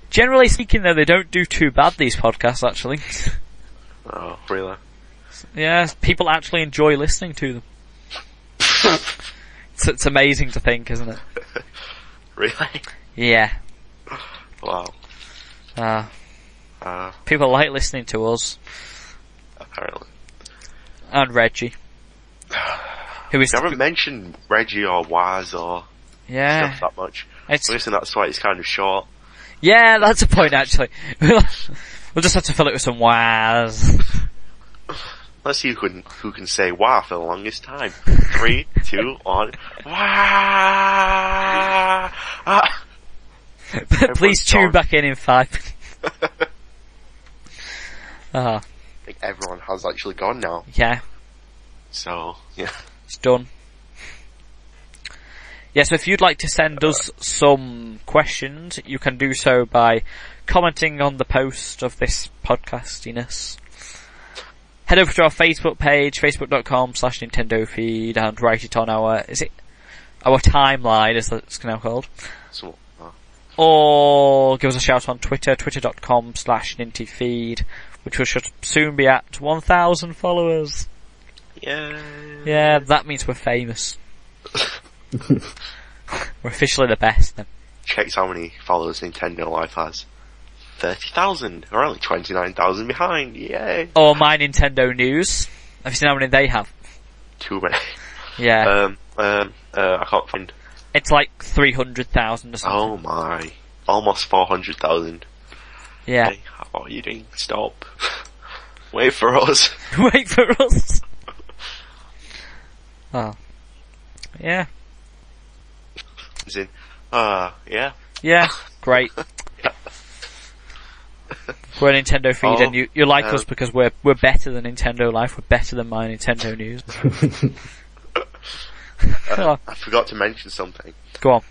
S1: Generally speaking though, they don't do too bad these podcasts actually. <laughs>
S2: oh really? <laughs>
S1: yeah, people actually enjoy listening to them. it's, it's amazing to think, isn't it?
S2: Really?
S1: Yeah.
S2: Wow.
S1: Uh,
S2: Uh,
S1: people like listening to us
S2: apparently.
S1: and Reggie. Who is,
S2: You haven't mentioned Reggie or Waz or
S1: yeah,
S2: stuff that much.
S1: it's
S2: I'm guessing that's why it's kind of short.
S1: Yeah, that's a point actually. <laughs> we'll just have to fill it with some wahs. <laughs>
S2: Let's see who can, who can say wow for the longest time.
S1: <laughs>
S2: Three, two, one. Wow! Ah!
S1: But please tune
S2: Everyone's
S1: back in in five. <laughs> minutes. Ah,
S2: I think everyone has actually gone now.
S1: yeah,
S2: So, yeah. <laughs>
S1: it's done. Yeah, so if you'd like to send us some questions, you can do so by commenting on the post of this podcastiness. Head over to our Facebook page, facebook.com slash Nintendo feed, and write it on our, is it, our timeline, as that's now called.
S2: So, uh,
S1: or give us a shout on Twitter, twitter.com slash nintyfeed, which we should soon be at 1,000 followers.
S2: yeah.
S1: Yeah, that means we're famous.
S2: <laughs>
S1: we're officially the best then.
S2: Checks how many followers Nintendo Life has. 30,000. We're only 29,000 behind. Yay.
S1: Or Oh, my Nintendo news. Have you seen how many they have?
S2: Too many.
S1: Yeah.
S2: Um, um, uh, I can't find.
S1: it's like 300,000 or something.
S2: Oh my. Almost 400,000.
S1: yeah.
S2: Hey, what are you doing? Stop. <laughs> Wait for us.
S1: <laughs> Wait for
S2: <laughs>
S1: us. Oh. Yeah.
S2: As in, uh, yeah.
S1: Yeah.
S2: <laughs>
S1: Great. We're a Nintendo feed,
S2: Oh,
S1: and you, you like
S2: um,
S1: us because we're we're better than Nintendo Life. We're better than my Nintendo
S2: <laughs>
S1: News. Oh,
S2: I forgot to mention something.
S1: go on,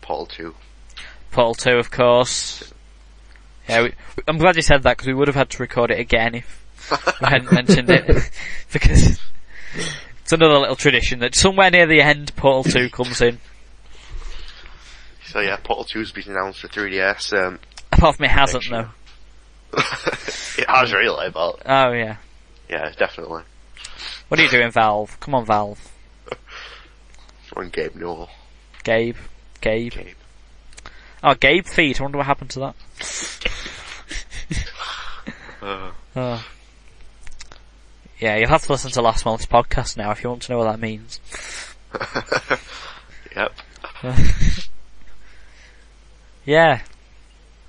S2: Paul 2.
S1: Portal Two, of course. Yeah, we, I'm glad you said that because we would have had to record it again if we hadn't mentioned it <laughs> because it's another little tradition that somewhere near the end Portal Two comes in.
S2: So yeah, Portal 2 has been announced for 3DS. Um,
S1: Apart from it hasn't though.
S2: it has really, but
S1: Oh yeah.
S2: yeah, definitely.
S1: What are you doing, Valve? Come on, Valve.
S2: One Gabe Newell.
S1: Gabe. Gabe.
S2: Gabe.
S1: Oh, Gabe feed. I wonder what happened to that.
S2: Uh,
S1: Oh. Yeah, you'll have to listen to last month's podcast now if you want to know what that means.
S2: yep. <laughs>
S1: Yeah.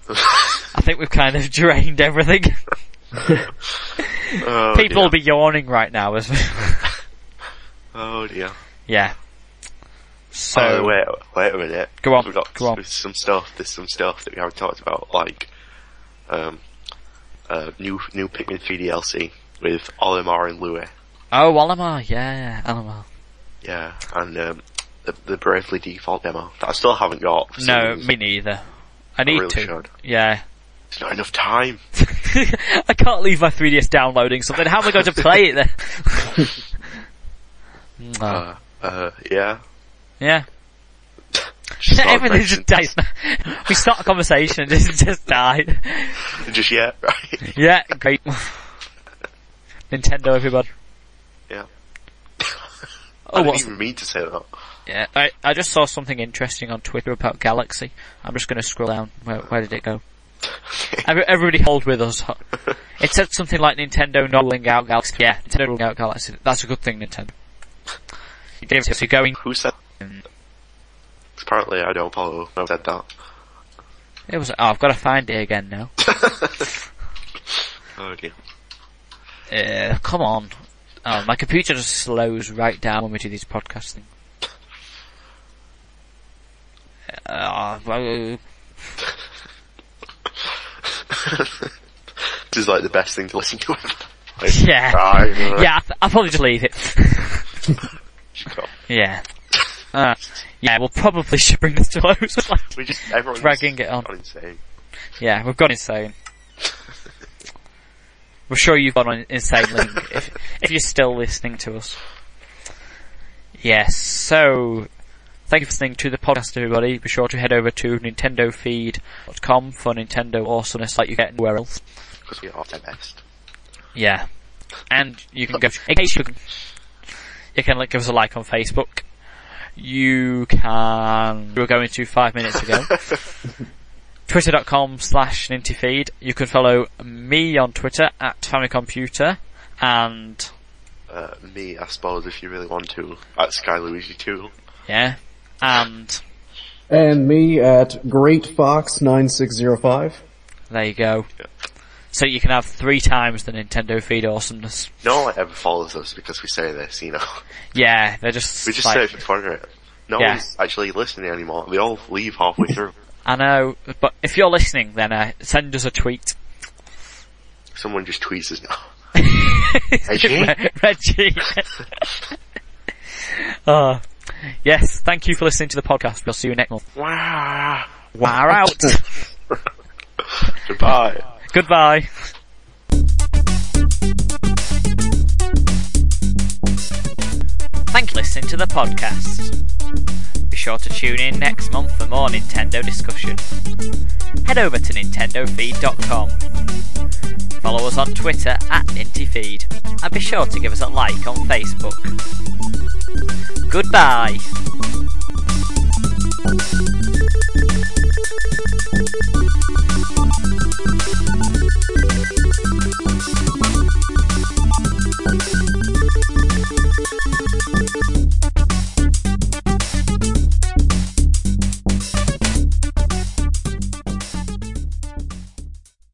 S1: I think we've kind of drained everything.
S2: Oh,
S1: People will
S2: dear.
S1: be yawning right now as we... <laughs>
S2: Oh dear.
S1: Yeah. So, uh,
S2: oh, wait, wait a minute.
S1: Go on,
S2: We've got
S1: go on.
S2: there's some stuff. There's some stuff that we haven't talked about, like um, uh, new new Pikmin 3 DLC with Olimar and Lua.
S1: oh, Alamar, yeah, Alamar.
S2: Yeah, and um, the, the Bravely Default demo that I still haven't got. for some
S1: No,
S2: reason.
S1: me neither. I need
S2: really
S1: to.
S2: should.
S1: Yeah. <laughs>
S2: There's not enough time.
S1: I can't leave my 3DS downloading something. How am I going to play
S2: <laughs>
S1: it then? <laughs> No.
S2: Uh, uh,
S1: <laughs>
S2: yeah.
S1: yeah. <laughs>
S2: Just not
S1: Everything
S2: mentioned
S1: just <laughs> dies. we start a conversation and just, just died.
S2: just yet, <laughs> right?
S1: Yeah, great. <laughs> Nintendo, everybody. <laughs>
S2: yeah. I
S1: Oh,
S2: didn't
S1: what's,
S2: even mean to say that.
S1: yeah, I,
S2: <laughs>
S1: I just saw something interesting on Twitter about Galaxy. I'm just gonna scroll down. Where, where did it go? Every- Everybody hold with us. It said something like Nintendo not rolling out Galaxy. Yeah, Nintendo rolling out Galaxy. That's a good thing, Nintendo. You gave us- you're going.
S2: Who said?
S1: Um,
S2: Apparently, I don't follow. Who said that?
S1: It was. Oh, I've got to find it again now.
S2: Oh dear.
S1: Uh, come on. Oh, my computer just slows right down when we do these podcast things. Uh, well,
S2: This is like the best thing to listen
S1: <laughs>
S2: to ever. Like,
S1: yeah.
S2: Ah, I know.
S1: Yeah, I th- I'll probably just leave it.
S2: <laughs>
S1: yeah. Uh, yeah, we'll probably <laughs> should bring this to a close.
S2: We just everyone's
S1: Dragging it on.
S2: gone insane.
S1: yeah, we've gone insane. We're sure you've gone on insane, Link, if, if you're still listening to us. Yes, so thank you for listening to the podcast, everybody. Be sure to head over to nintendofeed.com for Nintendo awesomeness like you get anywhere else.
S2: Because we are the best.
S1: Yeah. And you can go, in case you can, you can like, give us a like on Facebook. You can, we were going to five minutes <laughs> ago. Twitter.com slash nintyfeed. You can follow me on Twitter at Famicomputer and
S2: Uh, me, I suppose, if you really want to, at Sky Luigi 2.
S1: yeah, and
S3: And me at Great Fox 9605.
S1: there you go.
S2: Yeah.
S1: So you can have three times the Nintendo feed awesomeness.
S2: No one ever follows us because we say this, you know. <laughs>
S1: Yeah, they're just,
S2: We just
S1: like-
S2: say it for fun of it. No
S1: Yeah.
S2: one's actually listening anymore. They all leave halfway through.
S1: I know, but if you're listening then uh, send us a tweet.
S2: Someone just tweets us
S1: <laughs>
S2: now.
S1: Re- Reggie. <laughs> uh, yes, thank you for listening to the podcast. We'll see you next month.
S2: Wow.
S1: Wire out.
S2: Goodbye.
S1: Goodbye.
S5: Thank you for listening to the podcast. Be sure to tune in next month for more Nintendo discussion. Head over to nintendofeed.com. Follow us on Twitter at NintyFeed and be sure to give us a like on Facebook. Goodbye!